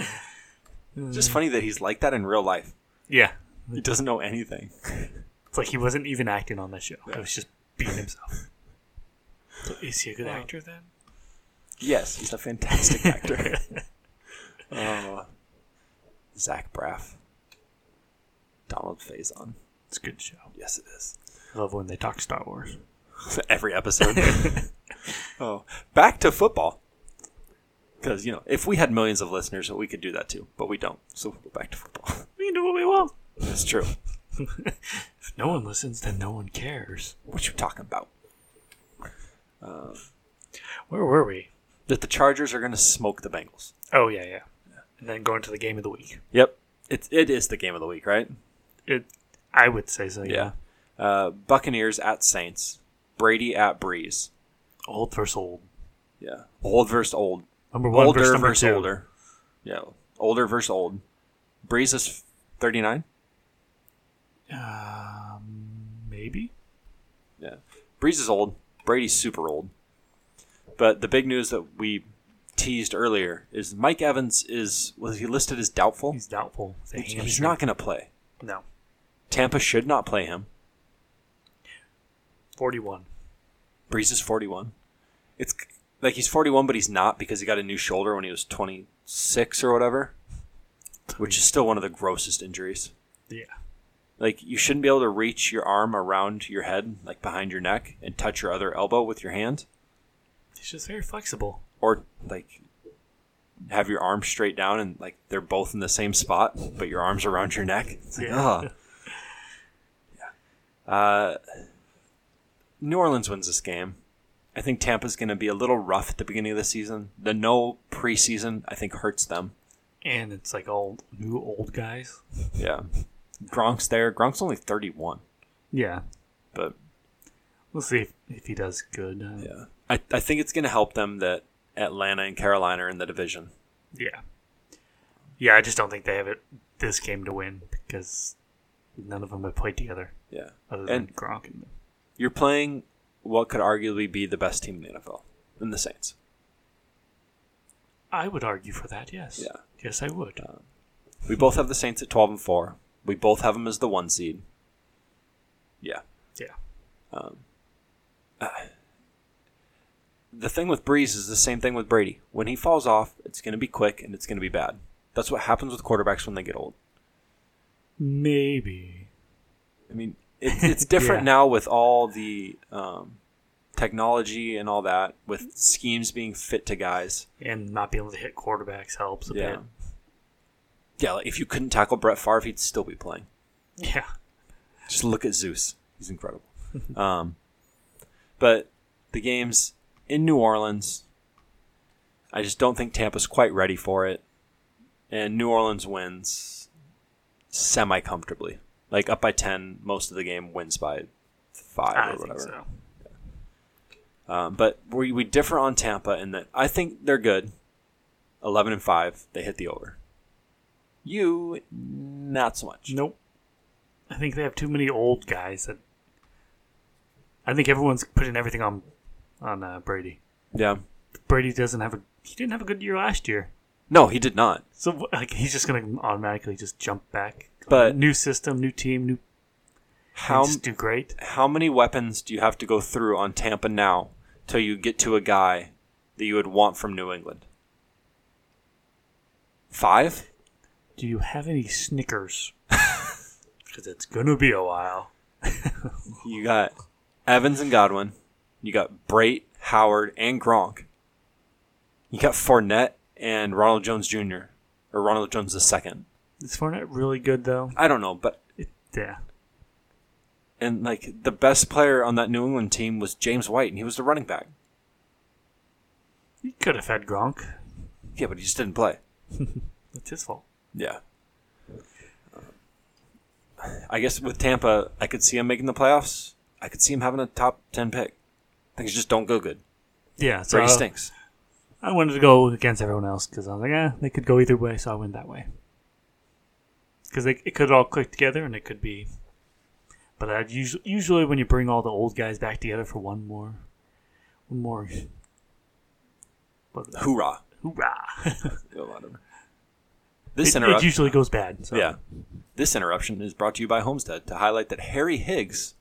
Speaker 7: It's Just funny that he's like that in real life.
Speaker 8: Yeah,
Speaker 7: He doesn't know anything.
Speaker 8: it's like he wasn't even acting on that show. He was just beating himself. So is he a good actor then?
Speaker 7: Yes, he's a fantastic actor. oh, Zach Braff, Donald Faison.
Speaker 8: It's a good show.
Speaker 7: Yes, it is.
Speaker 8: I love when they talk Star Wars.
Speaker 7: Every episode. oh, back to football. Because you know, if we had millions of listeners, we could do that too, but we don't. So we'll go back to football.
Speaker 8: We can do what we want.
Speaker 7: That's true.
Speaker 8: If no one listens, then no one cares.
Speaker 7: What you talking about?
Speaker 8: Where were we?
Speaker 7: That the Chargers are going to smoke the Bengals.
Speaker 8: Oh yeah, yeah. And then going to the game of the week.
Speaker 7: Yep. It, it is the game of the week, right?
Speaker 8: It, I would say so. Yeah.
Speaker 7: Uh, Buccaneers at Saints. Brady at Breeze.
Speaker 8: Old versus old.
Speaker 7: Yeah. Old versus old.
Speaker 8: Number one
Speaker 7: older
Speaker 8: versus number
Speaker 7: versus
Speaker 8: two.
Speaker 7: older. Yeah, older versus old. Breeze is thirty nine.
Speaker 8: Um, Maybe.
Speaker 7: Yeah, Breeze is old. Brady's super old. But the big news that we teased earlier is Mike Evans is was he listed as doubtful?
Speaker 8: He's doubtful. It's a
Speaker 7: He's, he's
Speaker 8: hamstring.
Speaker 7: not going to play.
Speaker 8: No.
Speaker 7: Tampa should not play him.
Speaker 8: Forty-one.
Speaker 7: Breeze is forty one. It's c- like he's forty one, but he's not because he got a new shoulder when he was twenty six or whatever, which is still one of the grossest injuries.
Speaker 8: Yeah.
Speaker 7: like you shouldn't be able to reach your arm around your head like behind your neck and touch your other elbow with your hand
Speaker 8: He's just very flexible.
Speaker 7: or like have your arm straight down and like they're both in the same spot but your arms around your neck it's like
Speaker 8: Yeah.
Speaker 7: ugh. yeah uh new orleans wins this game i think tampa's going to be a little rough at the beginning of the season the no preseason i think hurts them
Speaker 8: and it's like all new old guys.
Speaker 7: Yeah. Gronk's there. Gronk's only 31,
Speaker 8: Yeah,
Speaker 7: but
Speaker 8: we'll see if, if he does good. Uh,
Speaker 7: yeah. I, I think it's going to help them that Atlanta and Carolina are in the division.
Speaker 8: yeah, yeah. I just don't think they have it this game to win because none of them have played together
Speaker 7: Yeah.
Speaker 8: other than
Speaker 7: And-
Speaker 8: Gronk. And,
Speaker 7: You're playing what could arguably be the best team in the NFL, in the Saints.
Speaker 8: I would argue for that. Yes.
Speaker 7: Yeah. Uh.
Speaker 8: Yes, I would.
Speaker 7: We both have the Saints at 12 and 4. We both have them as the one seed. Yeah.
Speaker 8: yeah.
Speaker 7: The thing with Breeze is the same thing with Brady. When he falls off, it's going to be quick and it's going to be bad. That's what happens with quarterbacks when they get old.
Speaker 8: Maybe.
Speaker 7: I mean, it, it's different
Speaker 8: Yeah.
Speaker 7: now with all the um, technology and all that, with schemes being fit to guys.
Speaker 8: And not being able to hit quarterbacks helps a
Speaker 7: Yeah.
Speaker 8: bit.
Speaker 7: Yeah, like if you couldn't tackle Brett Favre, he'd still be playing.
Speaker 8: Yeah.
Speaker 7: Just look at Zeus. He's incredible. um, but the game's in New Orleans. I just don't think Tampa's quite ready for it. And New Orleans wins semi comfortably. Like up by 10, most of the game wins by 5
Speaker 8: I
Speaker 7: or whatever.
Speaker 8: think so.
Speaker 7: Um, but we, we differ on Tampa in that I think they're good. 11 and 5, they hit the over. You, not so much.
Speaker 8: Nope. I think they have too many old guys that. I think everyone's putting everything on on uh, Brady.
Speaker 7: Yeah.
Speaker 8: Brady doesn't have a he didn't have a good year last year,
Speaker 7: No, he did not.
Speaker 8: so like he's just gonna automatically just jump back.
Speaker 7: But-
Speaker 8: new system, new team, new
Speaker 7: How
Speaker 8: just do great.
Speaker 7: how many weapons do you have to go through on Tampa now till you get to a guy that you would want from New England? Five?
Speaker 8: Do you have any Snickers? Because it's gonna be a while.
Speaker 7: You got Evans and Godwin. You got Brait, Howard, and Gronk. You got Fournette and Ronald Jones Jr. or Ronald Jones II.
Speaker 8: Is Fournette really good though?
Speaker 7: I don't know, but
Speaker 8: It, yeah,
Speaker 7: and like the best player on that New England team was James White, and he was the running back.
Speaker 8: he could have had Gronk.
Speaker 7: Yeah, but he just didn't play.
Speaker 8: It's his fault.
Speaker 7: Yeah. I guess with Tampa, I could see him making the playoffs. I could see him having a top ten pick. Things just don't go good.
Speaker 8: Yeah, so
Speaker 7: Brady
Speaker 8: uh,
Speaker 7: stinks.
Speaker 8: I wanted to go against everyone else because I was like, eh, they could go either way, so I went that way. Because it could all click together and it could be. But I'd usually, usually when you bring all the old guys back together for one more, one more, what,
Speaker 7: Hoorah!
Speaker 8: hoorah!
Speaker 7: This
Speaker 8: it, it
Speaker 7: interruption.
Speaker 8: usually goes bad. So.
Speaker 7: Yeah. This interruption is brought to you by Homestead to highlight that Harry Higgs,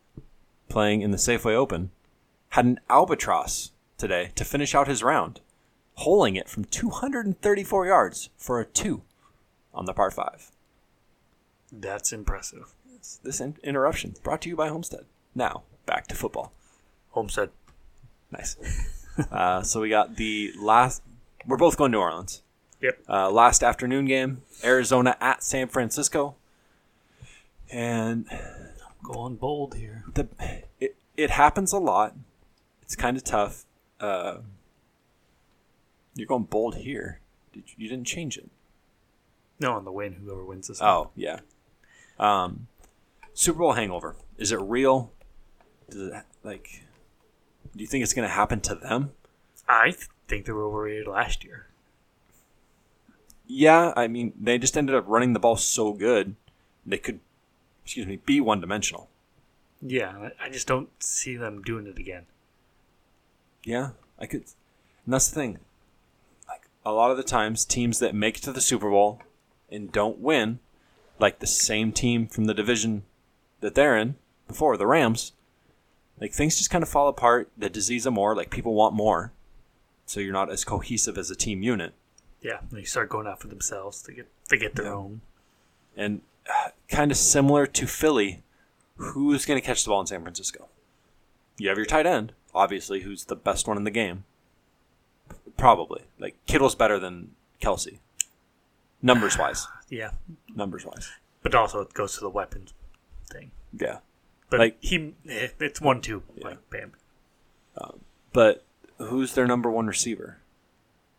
Speaker 7: playing in the Safeway Open, had an albatross today to finish out his round, holing it from 234 yards for a two on the par five.
Speaker 8: that's impressive.
Speaker 7: This in- interruption brought to you by Homestead. Now back to football.
Speaker 8: Homestead.
Speaker 7: Nice. uh, so we got the last. We're both going to New Orleans.
Speaker 8: Yep.
Speaker 7: Uh, last afternoon game, Arizona at San Francisco, and
Speaker 8: Going bold here.
Speaker 7: the it, it happens a lot. It's kind of tough. Uh, you're going bold here. Did you, you didn't change it?
Speaker 8: No, on the win, whoever wins this.
Speaker 7: Oh yeah. Um, Super Bowl hangover. Is it real? Does it like? Do you think it's going to happen to them?
Speaker 8: I th- think they were overrated last year.
Speaker 7: Yeah, I mean, they just ended up running the ball so good they could, excuse me, be one dimensional.
Speaker 8: Yeah, I I just don't see them doing it again.
Speaker 7: Yeah, I could. And that's the thing. Like a lot of the times, teams that make it to the Super Bowl and don't win, like the same team from the division that they're in before, the Rams, like things just kind of fall apart. The disease of more, like people want more, so you're not as cohesive as a team unit.
Speaker 8: Yeah, they start going out for themselves to get to get their own.
Speaker 7: and uh, kind of similar to Philly, who's going to catch the ball in San Francisco? You have your tight end, obviously, who's the best one in the game. Probably. Like, Kittle's better than Kelsey. Numbers wise.
Speaker 8: Yeah,
Speaker 7: Numbers wise.
Speaker 8: but also it goes to the weapons thing.
Speaker 7: Yeah.
Speaker 8: But
Speaker 7: Like-
Speaker 8: he, eh, it's one two. Like bam.
Speaker 7: But who's their number one receiver?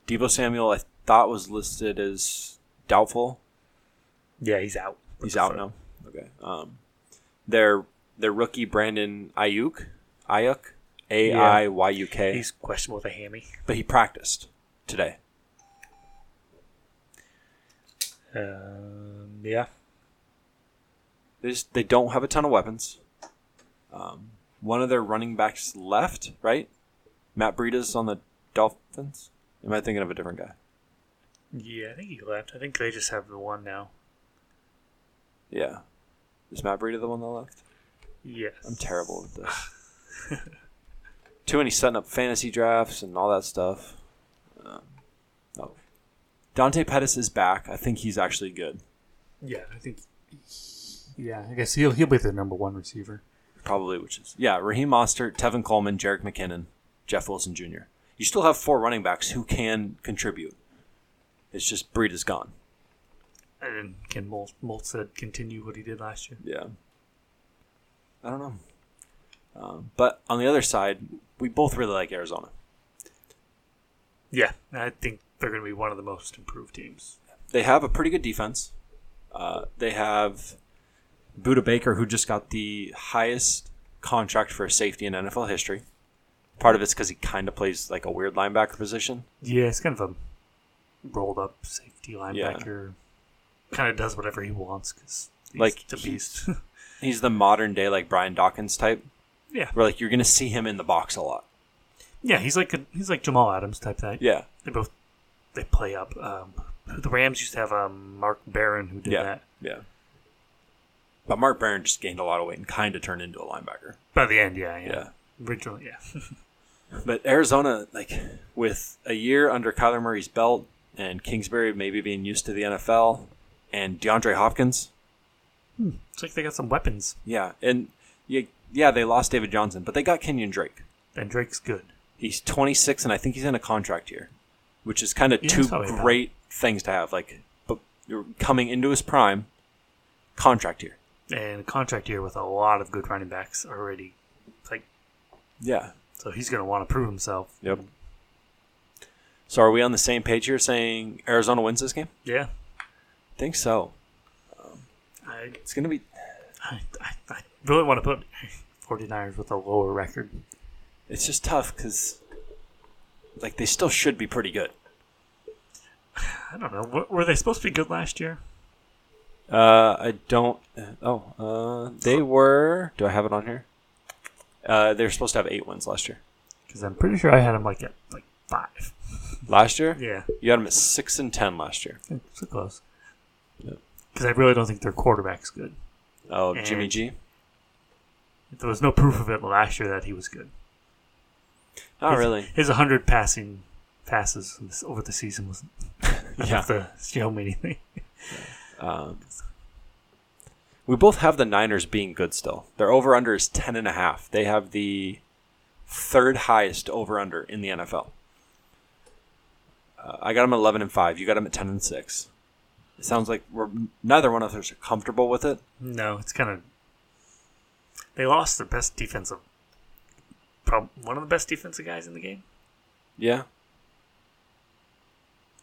Speaker 7: Debo Samuel, I thought, was listed as doubtful.
Speaker 8: Yeah, he's out.
Speaker 7: He's out now. Okay. Um, their their rookie Brandon Ayuk, Ayuk, A I Y U K.
Speaker 8: He's questionable with a hammy.
Speaker 7: But he practiced today.
Speaker 8: Um, yeah.
Speaker 7: They just, they don't have a ton of weapons. Um, one of their running backs left, right? Matt Breida's on the Dolphins. Am I thinking of a different guy?
Speaker 8: Yeah, I think he left. I think they just have the one now.
Speaker 7: Yeah. Is Matt Breida the one that left?
Speaker 8: Yes.
Speaker 7: I'm terrible with this. Too many setting up fantasy drafts and all that stuff. Um, no. Dante Pettis is back. I think he's actually good.
Speaker 8: Yeah, I think. Yeah, I guess he'll he'll be the number one receiver.
Speaker 7: Probably, which is yeah, Raheem Mostert, Tevin Coleman, Jarek McKinnon, Jeff Wilson Jr. You still have four running backs who can contribute. It's just Breed is gone.
Speaker 8: And can Molt, Molt said continue what he did last year?
Speaker 7: Yeah. I don't know. Um, but on the other side, we both really like Arizona.
Speaker 8: Yeah, I think they're going to be one of the most improved teams.
Speaker 7: They have a pretty good defense. Uh, they have Buda Baker, who just got the highest contract for a safety in NFL history. Part of it's because he kind of plays like a weird linebacker position.
Speaker 8: Yeah, it's kind of a rolled up safety linebacker. Kind of does whatever he wants because he's
Speaker 7: Like,
Speaker 8: a beast.
Speaker 7: He's the modern day like Brian Dawkins type,
Speaker 8: yeah,
Speaker 7: where like you're gonna see him in the box a lot.
Speaker 8: yeah, he's like a, he's like Jamal Adams type thing.
Speaker 7: Yeah,
Speaker 8: they both they play up. Um, the Rams used to have um, Mark Barron who did
Speaker 7: yeah,
Speaker 8: that.
Speaker 7: yeah. But Mark Barron just gained a lot of weight and kind of turned into a linebacker.
Speaker 8: By the end, yeah, yeah,
Speaker 7: Yeah.
Speaker 8: originally, yeah,
Speaker 7: But Arizona, like with a year under Kyler Murray's belt and Kingsbury maybe being used to the NFL and DeAndre Hopkins,
Speaker 8: it's like they got some weapons
Speaker 7: yeah, and yeah, yeah, they lost David Johnson, but they got Kenyon Drake.
Speaker 8: and Drake's good.
Speaker 7: He's 26, and I think he's in a contract year, which is kind of
Speaker 8: Yeah,
Speaker 7: two
Speaker 8: that's probably about-
Speaker 7: great things to have. Like, but you're coming into his prime, contract year.
Speaker 8: and contract year with a lot of good running backs already. It's Like,
Speaker 7: Yeah.
Speaker 8: so he's going to want to prove himself.
Speaker 7: Yep. So are we on the same page here, saying Arizona wins this game?
Speaker 8: Yeah,
Speaker 7: I think so.
Speaker 8: I,
Speaker 7: It's gonna be.
Speaker 8: I, I, I really want to put 49ers with a lower record.
Speaker 7: It's just tough because, like, they still should be pretty good.
Speaker 8: I don't know. W- were they supposed to be good last year?
Speaker 7: Uh, I don't. Oh, uh, they were. Do I have it on here? Uh, they were supposed to have eight wins last year.
Speaker 8: Because I'm pretty sure I had them like at like five.
Speaker 7: Last year,
Speaker 8: Yeah,
Speaker 7: you had them at six and ten last year.
Speaker 8: so close. Because I really don't think their quarterback's good.
Speaker 7: Oh,
Speaker 8: And-
Speaker 7: Jimmy G.
Speaker 8: There was no proof of it last year that he was good.
Speaker 7: Not
Speaker 8: his,
Speaker 7: Oh, really.
Speaker 8: His 100 passing passes this- over the season was enough to show me anything.
Speaker 7: Um, we both have the Niners being good still. Their over under is ten and a half. They have the third highest over under in the NFL. Uh, I got them at eleven and five. You got them at ten and six. It sounds like we're neither one of us are comfortable with it.
Speaker 8: No, it's kind of. They lost their best defensive. Prob- one of the best defensive guys in the game.
Speaker 7: Yeah,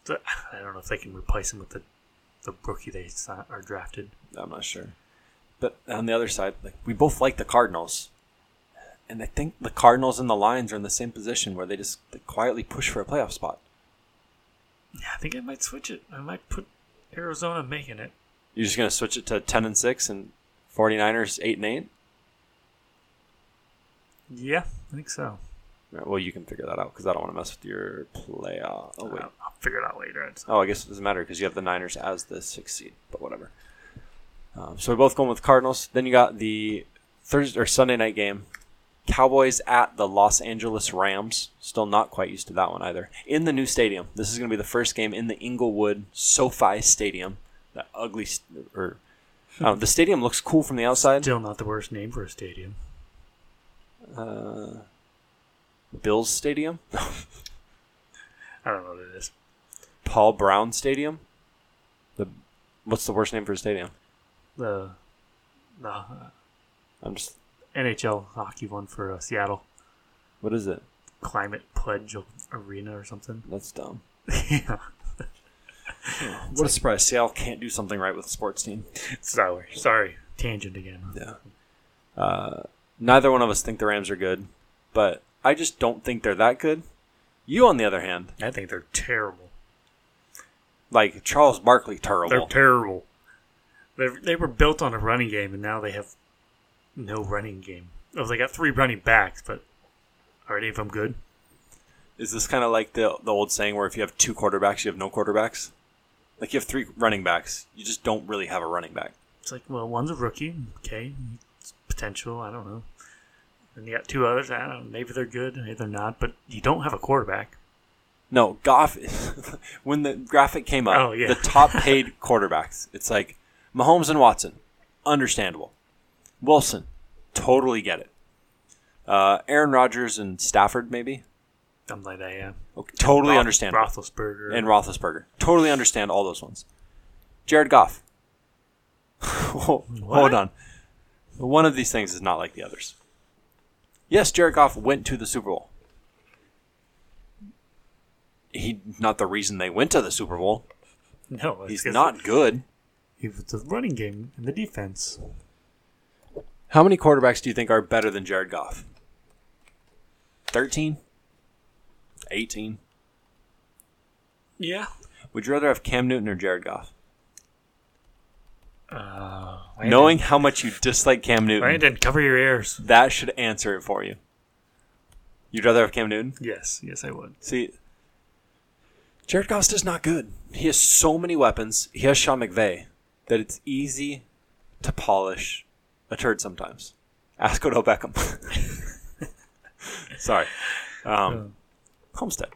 Speaker 8: So, I don't know if they can replace him with the, the rookie they si- are drafted.
Speaker 7: I'm not sure. But on the other side, like we both like the Cardinals, and I think the Cardinals and the Lions are in the same position where they just they quietly push for a playoff spot.
Speaker 8: Yeah, I think I might switch it. I might put Arizona making it.
Speaker 7: You're just gonna switch it to ten and six and 49ers eight and eight.
Speaker 8: Yeah, I think so.
Speaker 7: All right, well, you can figure that out because I don't want to mess with your playoff. Oh wait.
Speaker 8: I'll, I'll figure it out later. It's-
Speaker 7: Oh, I guess it doesn't matter because you have the Niners as the sixth seed, but whatever. Um, so we're both going with Cardinals. Then you got the Thursday or Sunday night game, Cowboys at the Los Angeles Rams. Still not quite used to that one either. In the new stadium, this is going to be the first game in the Inglewood SoFi Stadium. That ugly st- or I don't know, the stadium looks cool from the outside.
Speaker 8: Still not the worst name for a stadium.
Speaker 7: Uh, Bills Stadium,
Speaker 8: I don't know what it is.
Speaker 7: Paul Brown Stadium. The what's the worst name for a stadium?
Speaker 8: The, the uh,
Speaker 7: I'm just
Speaker 8: NHL hockey one for uh, Seattle.
Speaker 7: what is it?
Speaker 8: Climate Pledge Arena or something.
Speaker 7: That's dumb.
Speaker 8: yeah.
Speaker 7: What a surprise! Seattle can't do something right with a sports team.
Speaker 8: Sorry, sorry, tangent again.
Speaker 7: Uh, Neither one of us think the Rams are good, but I just don't think they're that good. You, on the other hand,
Speaker 8: I think they're terrible.
Speaker 7: like Charles Barkley, terrible.
Speaker 8: They're terrible. They they were built on a running game, and now they have no running game. Oh, they got three running backs, but are any of them good?
Speaker 7: Is this kind of like the the old saying where if you have two quarterbacks, you have no quarterbacks? Like you have three running backs, you just don't really have a running back.
Speaker 8: It's like, well, one's a rookie, okay, it's potential. I don't know. And you got two others. I don't. know. Maybe they're good. Maybe they're not. But you don't have a quarterback.
Speaker 7: No, Goff. when the graphic came up,
Speaker 8: Oh, yeah.
Speaker 7: the top paid quarterbacks. It's like Mahomes and Watson, understandable. Wilson, totally get it. Uh, Aaron Rodgers and Stafford, maybe,
Speaker 8: Something like that. Yeah.
Speaker 7: okay, totally
Speaker 8: Roth-
Speaker 7: understandable.
Speaker 8: Roethlisberger.
Speaker 7: and Roethlisberger, totally understand all those ones. Jared Goff. Hold on, one of these things is not like the others. Yes, Jared Goff went to the Super Bowl. He not the reason they went to the Super Bowl.
Speaker 8: no, it's
Speaker 7: He's
Speaker 8: 'cause
Speaker 7: not good.
Speaker 8: He was the running game and the defense.
Speaker 7: How many quarterbacks do you think are better than Jared Goff? 13? 18?
Speaker 8: Yeah.
Speaker 7: Would you rather have Cam Newton or Jared Goff?
Speaker 8: Uh,
Speaker 7: Knowing how much you dislike Cam Newton,
Speaker 8: Brandon, cover your ears.
Speaker 7: that should answer it for you. You'd rather have Cam Newton?
Speaker 8: Yes, yes, I would.
Speaker 7: See, Jared Goff's just not good. He has so many weapons. He has Sean McVay that it's easy to polish a turd sometimes. Ask Odell Beckham. Sorry, um, Homestead.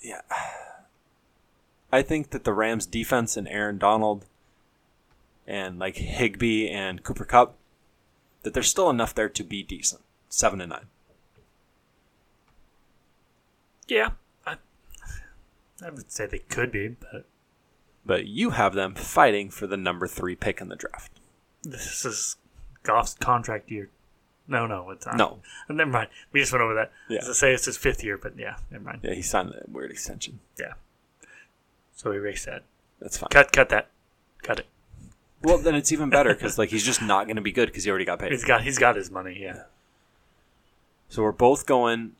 Speaker 7: Yeah, I think that the Rams' defense and Aaron Donald and like Higby and Cooper Cup that there's still enough there to be decent. Seven and nine.
Speaker 8: Yeah, I, I would say they could be, but
Speaker 7: but you have them fighting for the number three pick in the draft.
Speaker 8: this is Goff's contract year. No, no, it's not.
Speaker 7: No,
Speaker 8: Oh, never mind. We just went over that.
Speaker 7: Yeah.
Speaker 8: As I say, it's his fifth year, but yeah, never mind.
Speaker 7: yeah, he signed that weird extension.
Speaker 8: Yeah. So we erase that.
Speaker 7: That's fine.
Speaker 8: Cut, cut that. Cut it.
Speaker 7: Well, then it's even better because like he's just not going to be good because he already got paid.
Speaker 8: He's got, he's got his money. Yeah.
Speaker 7: So we're both going,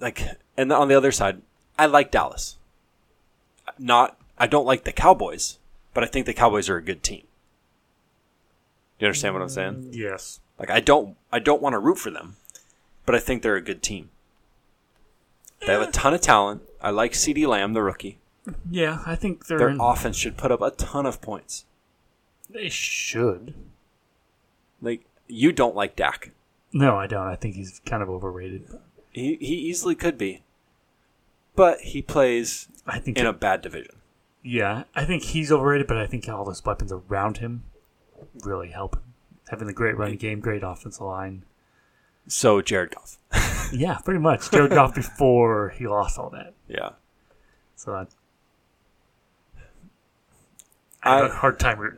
Speaker 7: like, and on the other side, I like Dallas. Not, I don't like the Cowboys, but I think the Cowboys are a good team. Do you understand what I'm saying?
Speaker 8: Yes.
Speaker 7: Like, I don't, I don't want to root for them, but I think they're a good team. They have a ton of talent. I like C.D. Lamb, the rookie.
Speaker 8: Yeah, I think they're,
Speaker 7: Their
Speaker 8: in-
Speaker 7: offense should put up a ton of points.
Speaker 8: They should.
Speaker 7: Like you don't like Dak.
Speaker 8: No, I don't. I think he's kind of overrated.
Speaker 7: He he easily could be, but he plays
Speaker 8: I think
Speaker 7: in a bad division.
Speaker 8: Yeah, I think he's overrated, but I think all those weapons around him really help him. Having a great running game, great offensive line.
Speaker 7: So Jared Goff.
Speaker 8: Yeah, pretty much. Jared Goff before he lost all that.
Speaker 7: Yeah,
Speaker 8: So I, I
Speaker 7: I
Speaker 8: have a hard time re-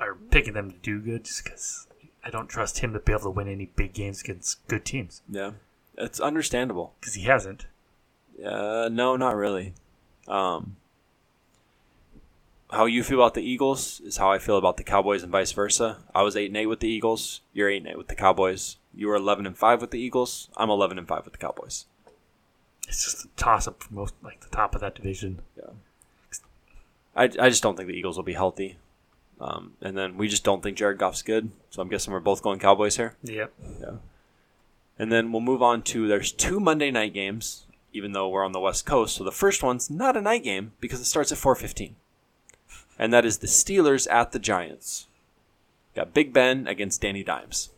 Speaker 8: or picking them to do good just because I don't trust him to be able to win any big games against good teams
Speaker 7: yeah, it's understandable.
Speaker 8: because he hasn't.
Speaker 7: Uh, no, not really. Um, how you feel about the Eagles is how I feel about the Cowboys, and vice versa. I was eight and eight with the Eagles. You're eight and eight with the Cowboys. You were eleven and five with the Eagles. I'm eleven and five with the Cowboys.
Speaker 8: It's just a toss up for most, like the top of that division.
Speaker 7: I, I just don't think the Eagles will be healthy. Um, and then we just don't think Jared Goff's good. So I'm guessing we're both going Cowboys here.
Speaker 8: Yep.
Speaker 7: And then we'll move on to there's two Monday night games, even though we're on the West Coast. So the first one's not a night game because it starts at 4:15, and that is the Steelers at the Giants. Got Big Ben against Danny Dimes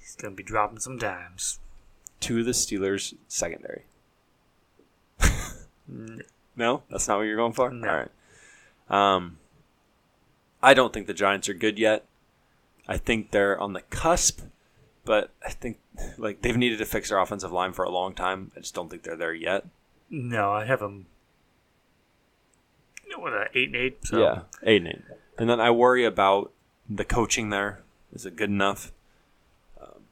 Speaker 8: He's going to be dropping some dimes.
Speaker 7: to the Steelers secondary. Mm. no, that's not what you're going for.
Speaker 8: No.
Speaker 7: All right. Um, I don't think the Giants are good yet. I think they're on the cusp, but I think like they've needed to fix their offensive line for a long time. I just don't think they're there yet.
Speaker 8: No, I have him. What, uh, eight and eight? So.
Speaker 7: Yeah, eight and eight. And then I worry about the coaching there. Is it good enough? Um,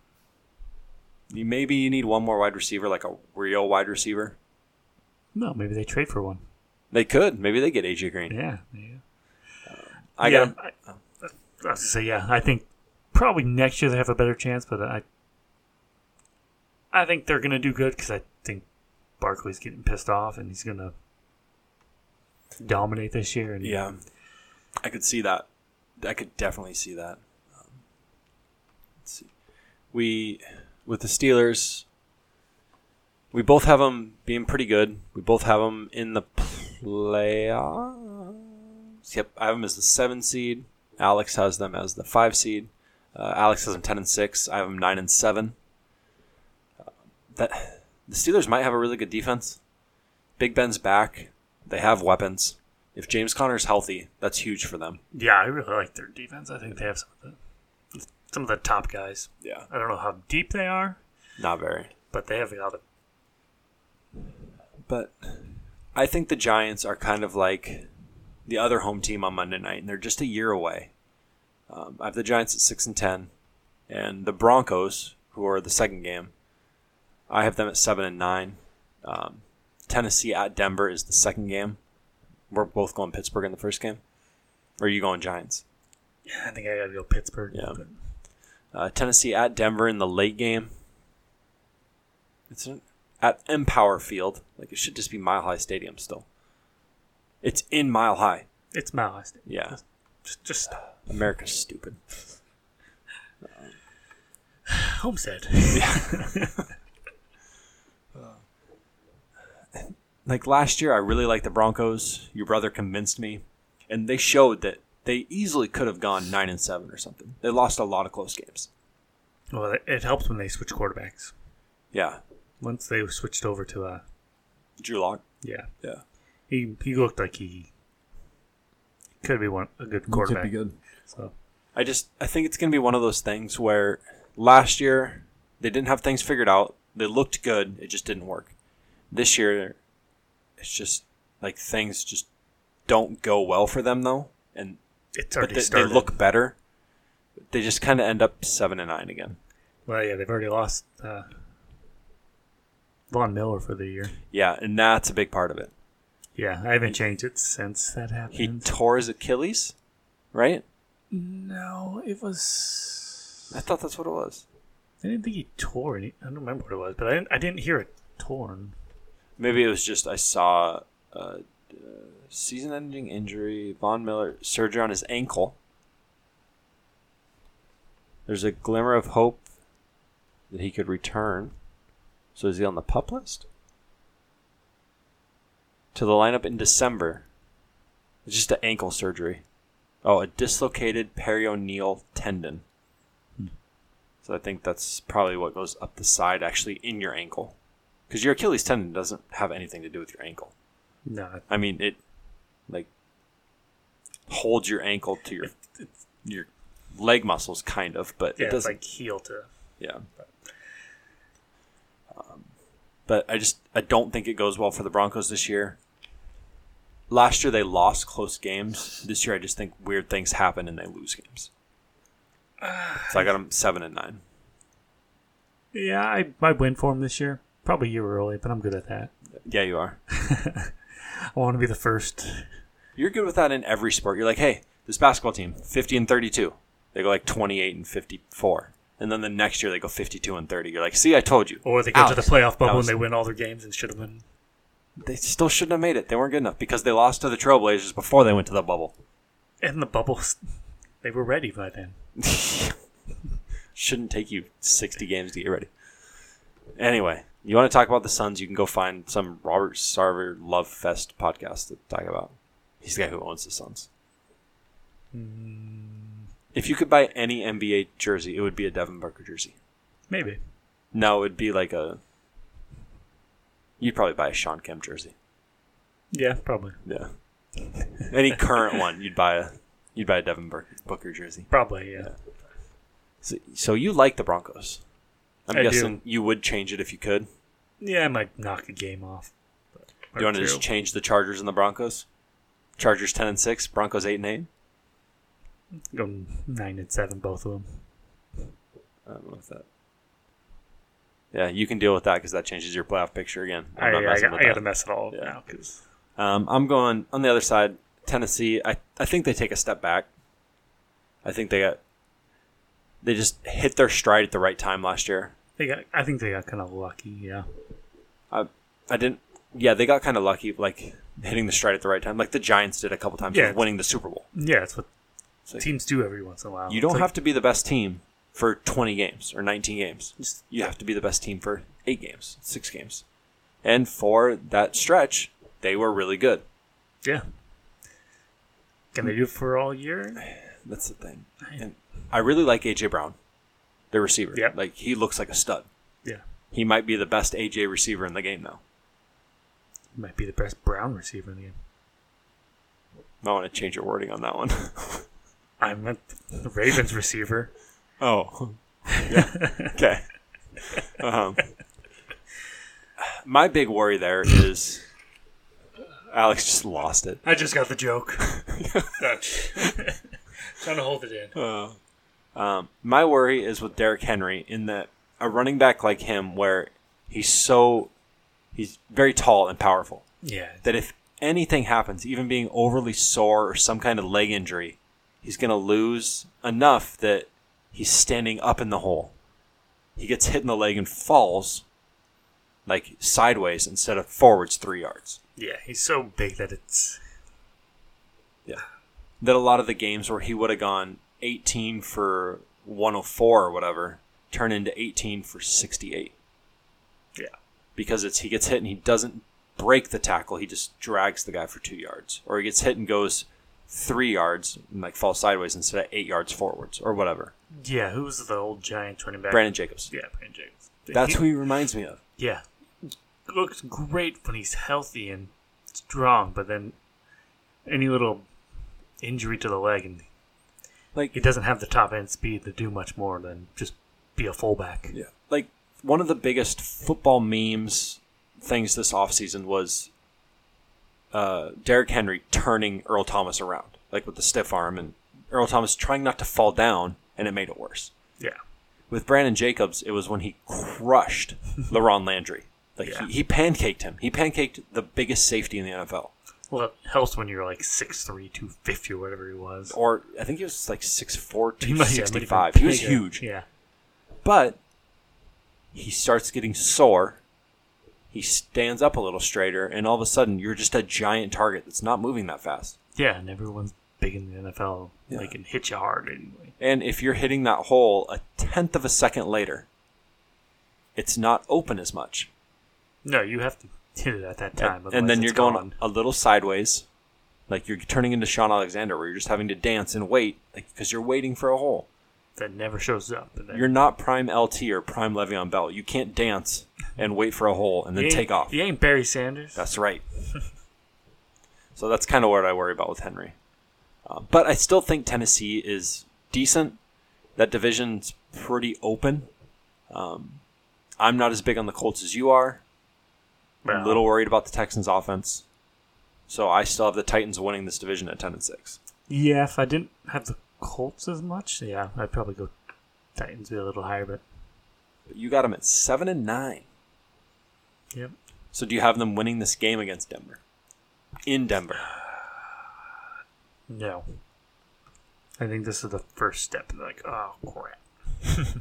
Speaker 7: you, maybe you need one more wide receiver, like a real wide receiver.
Speaker 8: No, maybe they trade for one.
Speaker 7: They could. Maybe they get AJ Green.
Speaker 8: Yeah. yeah.
Speaker 7: I
Speaker 8: yeah,
Speaker 7: got him.
Speaker 8: I, I was gonna say yeah. I think probably next year they have a better chance, but I, I think they're gonna do good because I think Barkley's getting pissed off and he's gonna dominate this year. And
Speaker 7: Yeah. I could see that. I could definitely see that. Um, let's see. We, with the Steelers, we both have them being pretty good. We both have them in the playoffs. Yep, I have them as the seven seed. Alex has them as the five seed. Uh, Alex has them ten and six. I have them nine and seven. Uh, that the Steelers might have a really good defense. Big Ben's back. They have weapons. If James Conner's healthy, that's huge for them.
Speaker 8: yeah. I really like their defense. I think they have some of the some of the top guys.
Speaker 7: Yeah,
Speaker 8: I don't know how deep they are,
Speaker 7: not very.
Speaker 8: but they have a lot of
Speaker 7: But I think the Giants are kind of like the other home team on Monday night, and they're just a year away. Um, I have the Giants at six and ten, and the Broncos, who are the second game, I have them at seven and nine. Um, Tennessee at Denver is the second game. We're both going Pittsburgh in the first game. Or are you going Giants?
Speaker 8: I think I gotta go Pittsburgh.
Speaker 7: Yeah.
Speaker 8: but-
Speaker 7: Uh, Tennessee at Denver in the late game. It's in, at Empower Field. Like it should just be Mile High Stadium still. It's in Mile High.
Speaker 8: It's my last.
Speaker 7: Yeah,
Speaker 8: Just, just stop.
Speaker 7: America's stupid.
Speaker 8: homestead.
Speaker 7: Like last year, I really liked the Broncos. Your brother convinced me, and they showed that they easily could have gone nine and seven or something. They lost a lot of close games.
Speaker 8: well, it, it helps when they switch quarterbacks.
Speaker 7: Yeah,
Speaker 8: Once they switched over to uh,
Speaker 7: Drew Lock.
Speaker 8: yeah,
Speaker 7: Yeah,
Speaker 8: he he looked like he could be one a good quarterback.
Speaker 2: good.
Speaker 8: So
Speaker 7: I just I think it's going to be one of those things where last year they didn't have things figured out. They looked good, it just didn't work. This year it's just like things just don't go well for them though, and
Speaker 8: it's
Speaker 7: but
Speaker 8: already
Speaker 7: they, they
Speaker 8: started.
Speaker 7: look better. They just kind of end up 7 and 9 again.
Speaker 8: well, yeah, they've already lost uh, Von Miller for the year.
Speaker 7: Yeah, and that's a big part of it.
Speaker 8: Yeah, I haven't changed it since that happened.
Speaker 7: He tore his Achilles, right?
Speaker 8: no, it was.
Speaker 7: I thought that's what it was.
Speaker 8: I didn't think he tore any. I don't remember what it was, but I didn't. I didn't hear it torn.
Speaker 7: Maybe it was just I saw a, uh season-ending injury. Von Miller surgery on his ankle. There's a glimmer of hope that he could return. So is he on the pup list? To the lineup in December. It's just an ankle surgery. Oh, a dislocated perioneal tendon. So I think that's probably what goes up the side, actually, in your ankle because your Achilles tendon doesn't have anything to do with your ankle.
Speaker 8: No,
Speaker 7: I mean, it like holds your ankle to your your leg muscles, kind of, but it
Speaker 8: yeah, it's
Speaker 7: doesn't.
Speaker 8: like heel to
Speaker 7: yeah. Um, but I just I don't think it goes well for the Broncos this year. Last year they lost close games. This year I just think weird things happen and they lose games. So I got them seven and nine.
Speaker 8: Yeah, I might win for him this year. Probably a year early, but I'm good at that.
Speaker 7: Yeah, you are.
Speaker 8: I want to be the first.
Speaker 7: You're good with that in every sport. You're like, hey, this basketball team, 50 and 32. They go like 28 and 54. And then the next year they go 52 and 30. You're like, see, I told you.
Speaker 8: Or they go to
Speaker 7: Alex,
Speaker 8: the playoff
Speaker 7: that
Speaker 8: bubble
Speaker 7: was-
Speaker 8: and they win all their games and should have been.
Speaker 7: They still shouldn't have made it. They weren't good enough because they lost to the Trailblazers before they went to the bubble.
Speaker 8: And the bubbles, they were ready by then.
Speaker 7: Shouldn't take you 60 games to get ready. Anyway, you want to talk about the Suns, you can go find some Robert Sarver Love Fest podcast to talk about. He's the guy who owns the Suns.
Speaker 8: Hmm.
Speaker 7: If you could buy any NBA jersey, it would be a Devin Booker jersey.
Speaker 8: Maybe.
Speaker 7: No, it'd be like a. You'd probably buy a Sean Kemp jersey.
Speaker 8: Yeah, probably.
Speaker 7: Yeah. Any current one, you'd buy a you'd buy a Devin Booker, Booker jersey.
Speaker 8: Probably, yeah.
Speaker 7: So, so you like the Broncos? I'm
Speaker 8: I do.
Speaker 7: guessing you would change it if you could.
Speaker 8: Yeah, I might knock a game off.
Speaker 7: you want to just change the Chargers and the Broncos? Chargers ten and six, Broncos eight and eight.
Speaker 8: Go nine and seven, both of them.
Speaker 7: I don't know if that. Yeah, you can deal with that because that changes your playoff picture again.
Speaker 8: I,
Speaker 7: I'm not
Speaker 8: I, I,
Speaker 7: messing with
Speaker 8: got to
Speaker 7: that.
Speaker 8: mess it all up
Speaker 7: Yeah.
Speaker 8: now because
Speaker 7: Um, I'm going on the other side. Tennessee, I, I think they take a step back. I think they got they just hit their stride at the right time last year.
Speaker 8: they got. I think they got kind of lucky. Yeah.
Speaker 7: I didn't. Yeah, they got kind of lucky, like hitting the stride at the right time, like the Giants did a couple times,
Speaker 8: Yeah.
Speaker 7: with winning the Super Bowl.
Speaker 8: Yeah, that's what
Speaker 7: like-
Speaker 8: teams do every once in a while.
Speaker 7: You don't have to be the best team for 20 games or 19 games. Just- You have to be the best team for eight games, six games, and for that stretch, they were really good.
Speaker 8: to. Yeah. Can they do it for all year?
Speaker 7: That's the thing. And I really like AJ Brown, the receiver.
Speaker 8: Yep.
Speaker 7: Like he looks like a stud.
Speaker 8: Yeah.
Speaker 7: He might be the best AJ receiver in the game now.
Speaker 8: Might be the best Brown receiver in the game.
Speaker 7: I want to change your wording on that one.
Speaker 8: I meant the Ravens receiver.
Speaker 7: Oh. Yeah. okay. Um, my big worry there is Alex just lost it.
Speaker 8: I just got the joke. Trying to hold it in.
Speaker 7: Um, my worry is with Derrick Henry in that a running back like him, where he's so he's very tall and powerful,
Speaker 8: Yeah.
Speaker 7: that if anything happens, even being overly sore or some kind of leg injury, he's going to lose enough that he's standing up in the hole. He gets hit in the leg and falls like sideways instead of forwards three yards.
Speaker 8: Yeah, he's so big that it's.
Speaker 7: That a lot of the games where he would have gone 18 for 104 or whatever turn into 18 for 68
Speaker 8: Yeah.
Speaker 7: because it's he gets hit and he doesn't break the tackle. He just drags the guy for two yards, or he gets hit and goes three yards and like falls sideways instead of eight yards forwards or whatever.
Speaker 8: Yeah, who was the old Giants running back?
Speaker 7: Brandon Jacobs.
Speaker 8: Yeah, Brandon Jacobs.
Speaker 7: That's
Speaker 8: He-
Speaker 7: who he reminds me of.
Speaker 8: Yeah. Looks great when he's healthy and strong, but then any little injury to the leg and he
Speaker 7: Like
Speaker 8: doesn't have the top end speed to do much more than just be a fullback.
Speaker 7: yeah. like one of the biggest football memes things this offseason was uh Derrick Henry turning Earl Thomas around, like with the stiff arm and Earl Thomas trying not to fall down and it made it worse.
Speaker 8: Yeah.
Speaker 7: with Brandon Jacobs, it was when he crushed LaRon Landry. Like
Speaker 8: Yeah.
Speaker 7: he, he pancaked him. He pancaked the biggest safety in the NFL.
Speaker 8: Well, it helps when you're like 6'3", 250 or whatever he was.
Speaker 7: Or I think he was like 6'4",
Speaker 8: He must- yeah, might have been
Speaker 7: 265. He was
Speaker 8: bigger.
Speaker 7: huge.
Speaker 8: Yeah.
Speaker 7: But he starts getting sore. He stands up a little straighter, and all of a sudden, you're just a giant target that's not moving that fast.
Speaker 8: Yeah, and everyone's big in the NFL.
Speaker 7: Yeah.
Speaker 8: They can hit you hard anyway.
Speaker 7: And if you're hitting that hole a tenth of a second later, it's not open as much.
Speaker 8: No, you have to hit it at that time.
Speaker 7: And- and then
Speaker 8: otherwise
Speaker 7: you're
Speaker 8: it's
Speaker 7: going
Speaker 8: gone.
Speaker 7: a little sideways, like you're turning into Sean Alexander, where you're just having to dance and wait, like because you're waiting for a hole.
Speaker 8: That never shows up. And then
Speaker 7: You're not prime LT or prime Le'Veon Bell. You can't dance and wait for a hole and
Speaker 8: You
Speaker 7: then
Speaker 8: ain't-
Speaker 7: take off.
Speaker 8: You ain't Barry Sanders.
Speaker 7: That's right. so that's kind of what I worry about with Henry. Uh, but I still think Tennessee is decent. That division's pretty open. Um, I'm not as big on the Colts as you are. I'm
Speaker 8: Well,
Speaker 7: a little worried about the Texans' offense. So I still have the Titans winning this division at 10 and 6.
Speaker 8: Yeah, if I didn't have the Colts as much, yeah, I'd probably go Titans be a little higher, but
Speaker 7: But you got them at 7 and 9.
Speaker 8: yep.
Speaker 7: So do you have them winning this game against Denver? In Denver.
Speaker 8: No. I think this is the first step. and Like, oh crap.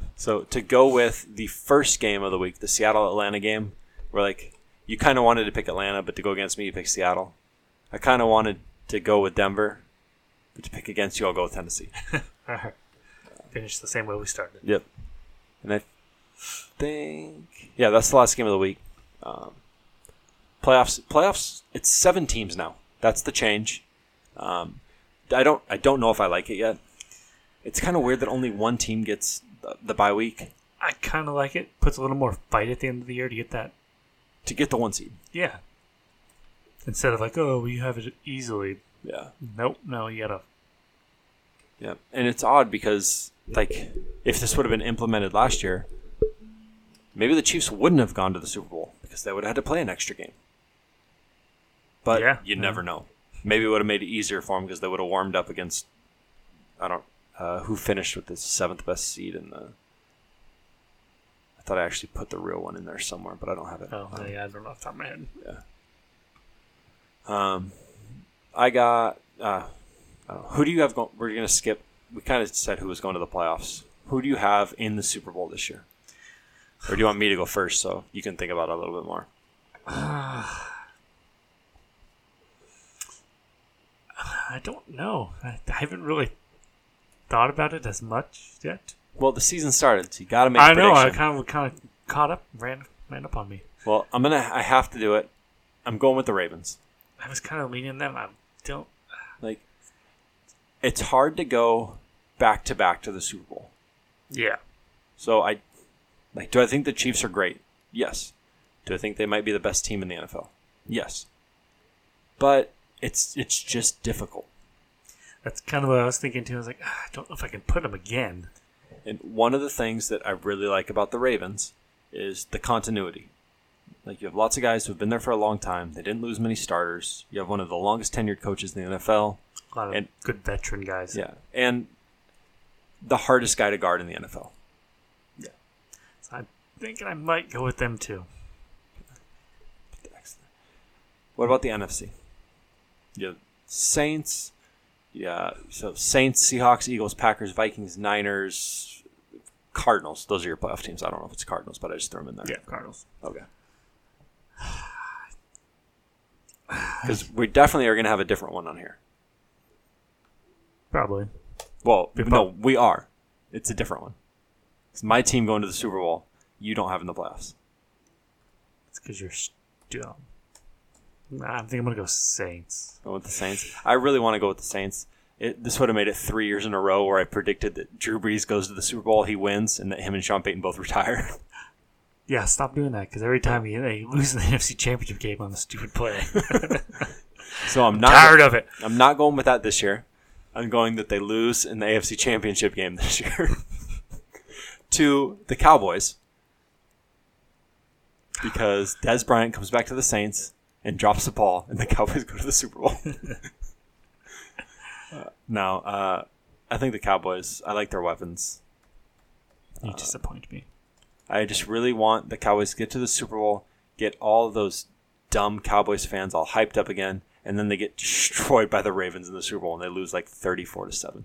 Speaker 7: So to go with the first game of the week, the Seattle Atlanta game, where like you kind of wanted to pick Atlanta, but to go against me, you pick Seattle. I kind of wanted to go with Denver, but to pick against you, I'll go with Tennessee.
Speaker 8: All right. Finish the same way we started.
Speaker 7: Yep. And I think yeah, that's the last game of the week. Um, playoffs, playoffs. It's seven teams now. That's the change. Um, I don't, I don't know if I like it yet. It's kind of weird that only one team gets the, the bye week
Speaker 8: I kind of like it. Puts a little more fight at the end of the year to get that.
Speaker 7: to get the one seed.
Speaker 8: Yeah. Instead of like, oh, we have it easily.
Speaker 7: Yeah,
Speaker 8: Nope. No, you gotta.
Speaker 7: yeah. And it's odd because like if this would have been implemented last year, maybe the Chiefs wouldn't have gone to the Super Bowl because they would have had to play an extra game. But
Speaker 8: Yeah,
Speaker 7: you
Speaker 8: yeah.
Speaker 7: never know. Maybe it would have made it easier for them because they would have warmed up against I don't uh, who finished with the seventh best seed in the. I thought I actually put the real one in there somewhere, but I don't have it.
Speaker 8: Oh, yeah, I don't know off the top of my head.
Speaker 7: Um, I got. Uh, I don't know. who do you have? Going, we're going to skip. We kind of said who was going to the playoffs. Who do you have in the Super Bowl this year? Or do you want me to go first so you can think about it a little bit more?
Speaker 8: I don't know. I, I haven't really thought about it as much yet.
Speaker 7: Well, the season started, so you got to make. a
Speaker 8: I know. I
Speaker 7: prediction.
Speaker 8: kind of kind of caught up, ran ran up on me.
Speaker 7: Well, I'm gonna. I have to do it. I'm going with the Ravens.
Speaker 8: I was kind of leaning them. I don't.
Speaker 7: Like, it's hard to go back to back to the Super Bowl.
Speaker 8: Yeah.
Speaker 7: So I, like, do I think the Chiefs are great? Yes. Do I think they might be the best team in the NFL? Yes. But it's it's just difficult.
Speaker 8: That's kind of what I was thinking too. I was like, "Ah, I don't know if I can put them again.
Speaker 7: And one of the things that I really like about the Ravens is the continuity. Like you have lots of guys who've been there for a long time. They didn't lose many starters. You have one of the longest tenured coaches in the NFL.
Speaker 8: A lot of
Speaker 7: And-
Speaker 8: good veteran guys.
Speaker 7: Yeah. And the hardest guy to guard in the NFL.
Speaker 8: So I'm thinking I might go with them too.
Speaker 7: Excellent. What about the NFC? Yeah, Saints. Yeah, so Saints, Seahawks, Eagles, Packers, Vikings, Niners, Cardinals. Those are your playoff teams. I don't know if it's Cardinals, but I just threw them in there.
Speaker 8: Cardinals.
Speaker 7: Okay. Because we definitely are going to have a different one on here.
Speaker 8: Probably.
Speaker 7: Well,
Speaker 8: Big
Speaker 7: no, we are. It's a different one. It's my team going to the Super Bowl. You don't have in the playoffs.
Speaker 8: It's because you're dumb. Nah, I think I'm gonna go Saints.
Speaker 7: Go with the Saints. I really want to go with the Saints. It, this would have made it three years in a row where I predicted that Drew Brees goes to the Super Bowl, he wins, and that him and Sean Payton both retire.
Speaker 8: Yeah, stop doing that because every time you, they lose in the NFC Championship game on a stupid play,
Speaker 7: so I'm not
Speaker 8: tired of it.
Speaker 7: I'm not going with that this year. I'm going that they lose in the AFC Championship game this year to the Cowboys because Des Bryant comes back to the Saints and drops the ball, and the Cowboys go to the Super Bowl. Uh, no, uh, I think the Cowboys. I like their weapons.
Speaker 8: You disappoint me.
Speaker 7: I just really want the Cowboys to get to the Super Bowl, get all of those dumb Cowboys fans all hyped up again, and then they get destroyed by the Ravens in the Super Bowl and they lose like 34 to 7.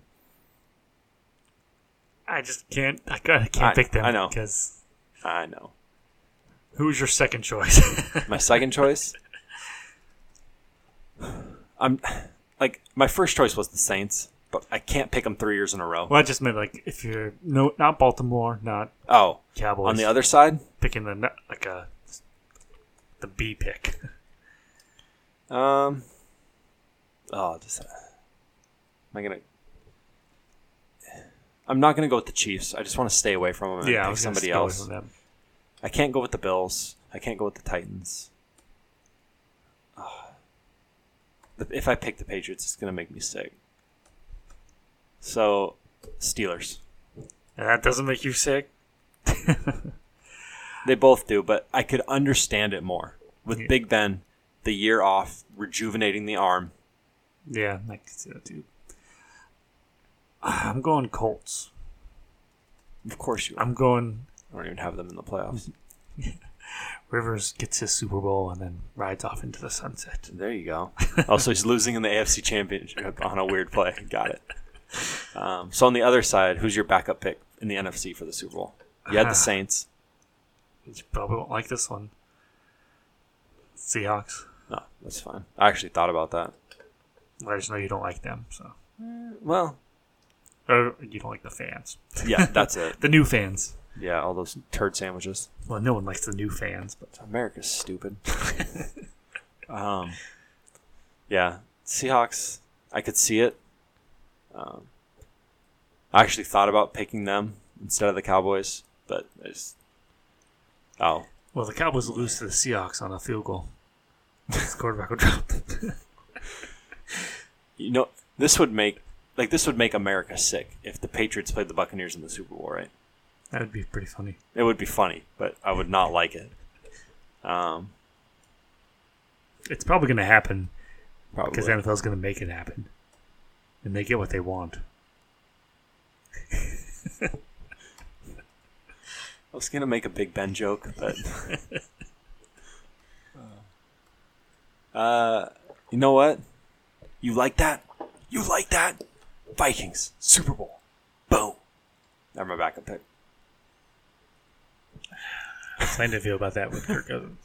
Speaker 8: I just can't. I, gotta- I can't
Speaker 7: I-
Speaker 8: pick them.
Speaker 7: I know.
Speaker 8: Because
Speaker 7: I know.
Speaker 8: who's your second choice?
Speaker 7: My second choice I'm like my first choice was the Saints, but I can't pick them 3 years in a row.
Speaker 8: well, I just meant like if you're no, not Baltimore, not
Speaker 7: Oh,
Speaker 8: Cowboys.
Speaker 7: on the other side,
Speaker 8: picking the nu- like a the B pick.
Speaker 7: Um. Oh, just, am I gonna? I'm not gonna go with the Chiefs. I just want to stay away from them and
Speaker 8: yeah, I
Speaker 7: pick
Speaker 8: was gonna
Speaker 7: somebody
Speaker 8: steal it
Speaker 7: else.
Speaker 8: from them.
Speaker 7: I can't go with the Bills. I can't go with the Titans. Ah. The- If I pick the Patriots, it's gonna make me sick. So, Steelers.
Speaker 8: And that doesn't make you sick.
Speaker 7: They both do, but I could understand it more with
Speaker 8: Yeah.
Speaker 7: Big Ben, the year off, rejuvenating the arm.
Speaker 8: Yeah, I can see that too. I'm going Colts.
Speaker 7: Of course, you. Are.
Speaker 8: I'm going
Speaker 7: I don't even have them in the playoffs.
Speaker 8: Rivers gets his Super Bowl and then rides off into the sunset.
Speaker 7: There you go. also, he's losing in the AFC Championship on a weird play. Got it. Um, so on the other side, who's your backup pick in the NFC for the Super Bowl? You had the Saints.
Speaker 8: You probably won't like this one. Seahawks.
Speaker 7: No, that's fine. I actually thought about that.
Speaker 8: I just know you don't like them, so
Speaker 7: Well,
Speaker 8: or you don't like the fans,
Speaker 7: yeah, that's it.
Speaker 8: the new fans.
Speaker 7: Yeah, all those turd sandwiches.
Speaker 8: Well, no one likes the new fans, but
Speaker 7: America's stupid. um, yeah, Seahawks. I could see it. Um, I actually thought about picking them instead of the Cowboys, but I just oh
Speaker 8: well, the Cowboys lose to the Seahawks on a field goal. the quarterback will drop.
Speaker 7: You know, this would make like this would make America sick if the Patriots played the Buccaneers in the Super Bowl, right?
Speaker 8: That would be pretty funny.
Speaker 7: It would be funny, but I would not like it. Um,
Speaker 8: It's probably going to happen
Speaker 7: probably.
Speaker 8: because the NFL's going to make it happen, and they get what they want.
Speaker 7: I was gonna make a Big Ben joke, but uh, you know what? You like that? You like that? Vikings Super Bowl, boom. That's my backup pick.
Speaker 8: Explained to View about that with Kirk Cousins.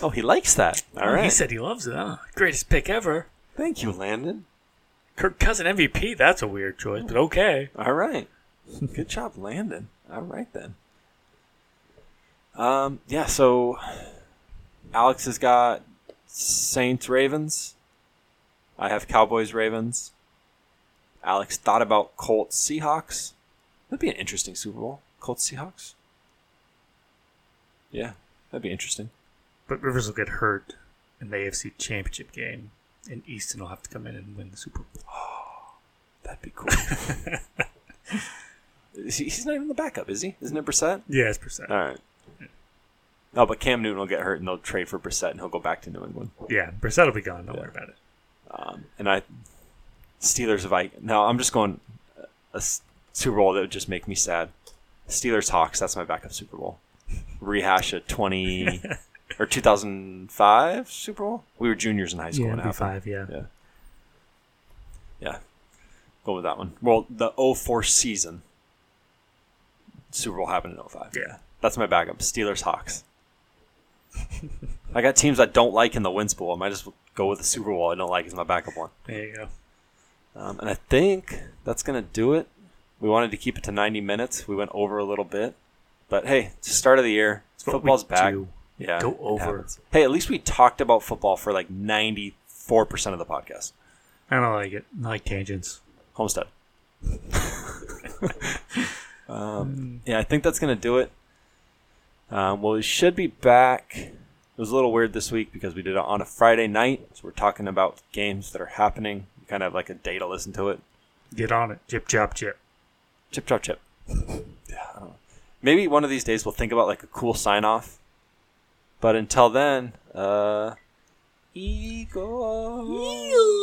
Speaker 7: Oh, he likes that. All right.
Speaker 8: He said he loves it. Huh? Greatest pick ever.
Speaker 7: Thank you, Landon.
Speaker 8: Kirk Cousin MVP. That's a weird choice, but okay.
Speaker 7: All right. Good job, Landon. All right then. Um, yeah, so Alex has got Saints Ravens. I have Cowboys Ravens. Alex thought about Colts Seahawks. That'd be an interesting Super Bowl. Colts Seahawks. Yeah, that'd be interesting.
Speaker 8: But Rivers will get hurt in the AFC Championship game, and Easton will have to come in and win the Super Bowl.
Speaker 7: That'd be cool. Is he- he's not even the backup, is he? Isn't it Brissett?
Speaker 8: Yeah, it's percent.
Speaker 7: All right. No, Oh, but Cam Newton will get hurt, and they'll trade for Brissett, and he'll go back to New England.
Speaker 8: Yeah, Brissett will be gone. Don't worry about it.
Speaker 7: Um, and I Steelers Vikings. No, I'm just going uh, a s- Super Bowl that would just make me sad. Steelers Hawks. That's my backup Super Bowl. Rehash a 20 or 2005 Super Bowl. We were juniors in high school.
Speaker 8: Yeah,
Speaker 7: when it
Speaker 8: it'd be
Speaker 7: happened.
Speaker 8: five, yeah.
Speaker 7: Yeah. Yeah. Go with that one. Well, the 04 season. Super Bowl happened in 05.
Speaker 8: Yeah.
Speaker 7: That's my backup. Steelers Hawks. I got teams I don't like in the wins bowl. I might as well go with the Super Bowl I don't like as my backup one.
Speaker 8: There you go.
Speaker 7: Um, and I think that's going to do it. We wanted to keep it to 90 minutes. We went over a little bit. But hey, it's the start of the year.
Speaker 8: what we
Speaker 7: Football's back.
Speaker 8: do.
Speaker 7: Yeah.
Speaker 8: Go
Speaker 7: it
Speaker 8: over.
Speaker 7: happens. Hey, at least we talked about football for like 94% of the podcast.
Speaker 8: I don't like it. I like tangents.
Speaker 7: Homestead. um, yeah, I think that's going to do it. Um, well, we should be back. It was a little weird this week because we did it on a Friday night. So we're talking about games that are happening. You kind of have like a day to listen to it.
Speaker 8: Get on it. Chip, chop, chip.
Speaker 7: Chip, chop, chip. yeah, I don't know. Maybe one of these days we'll think about like a cool sign off. But until then, uh, Eagle.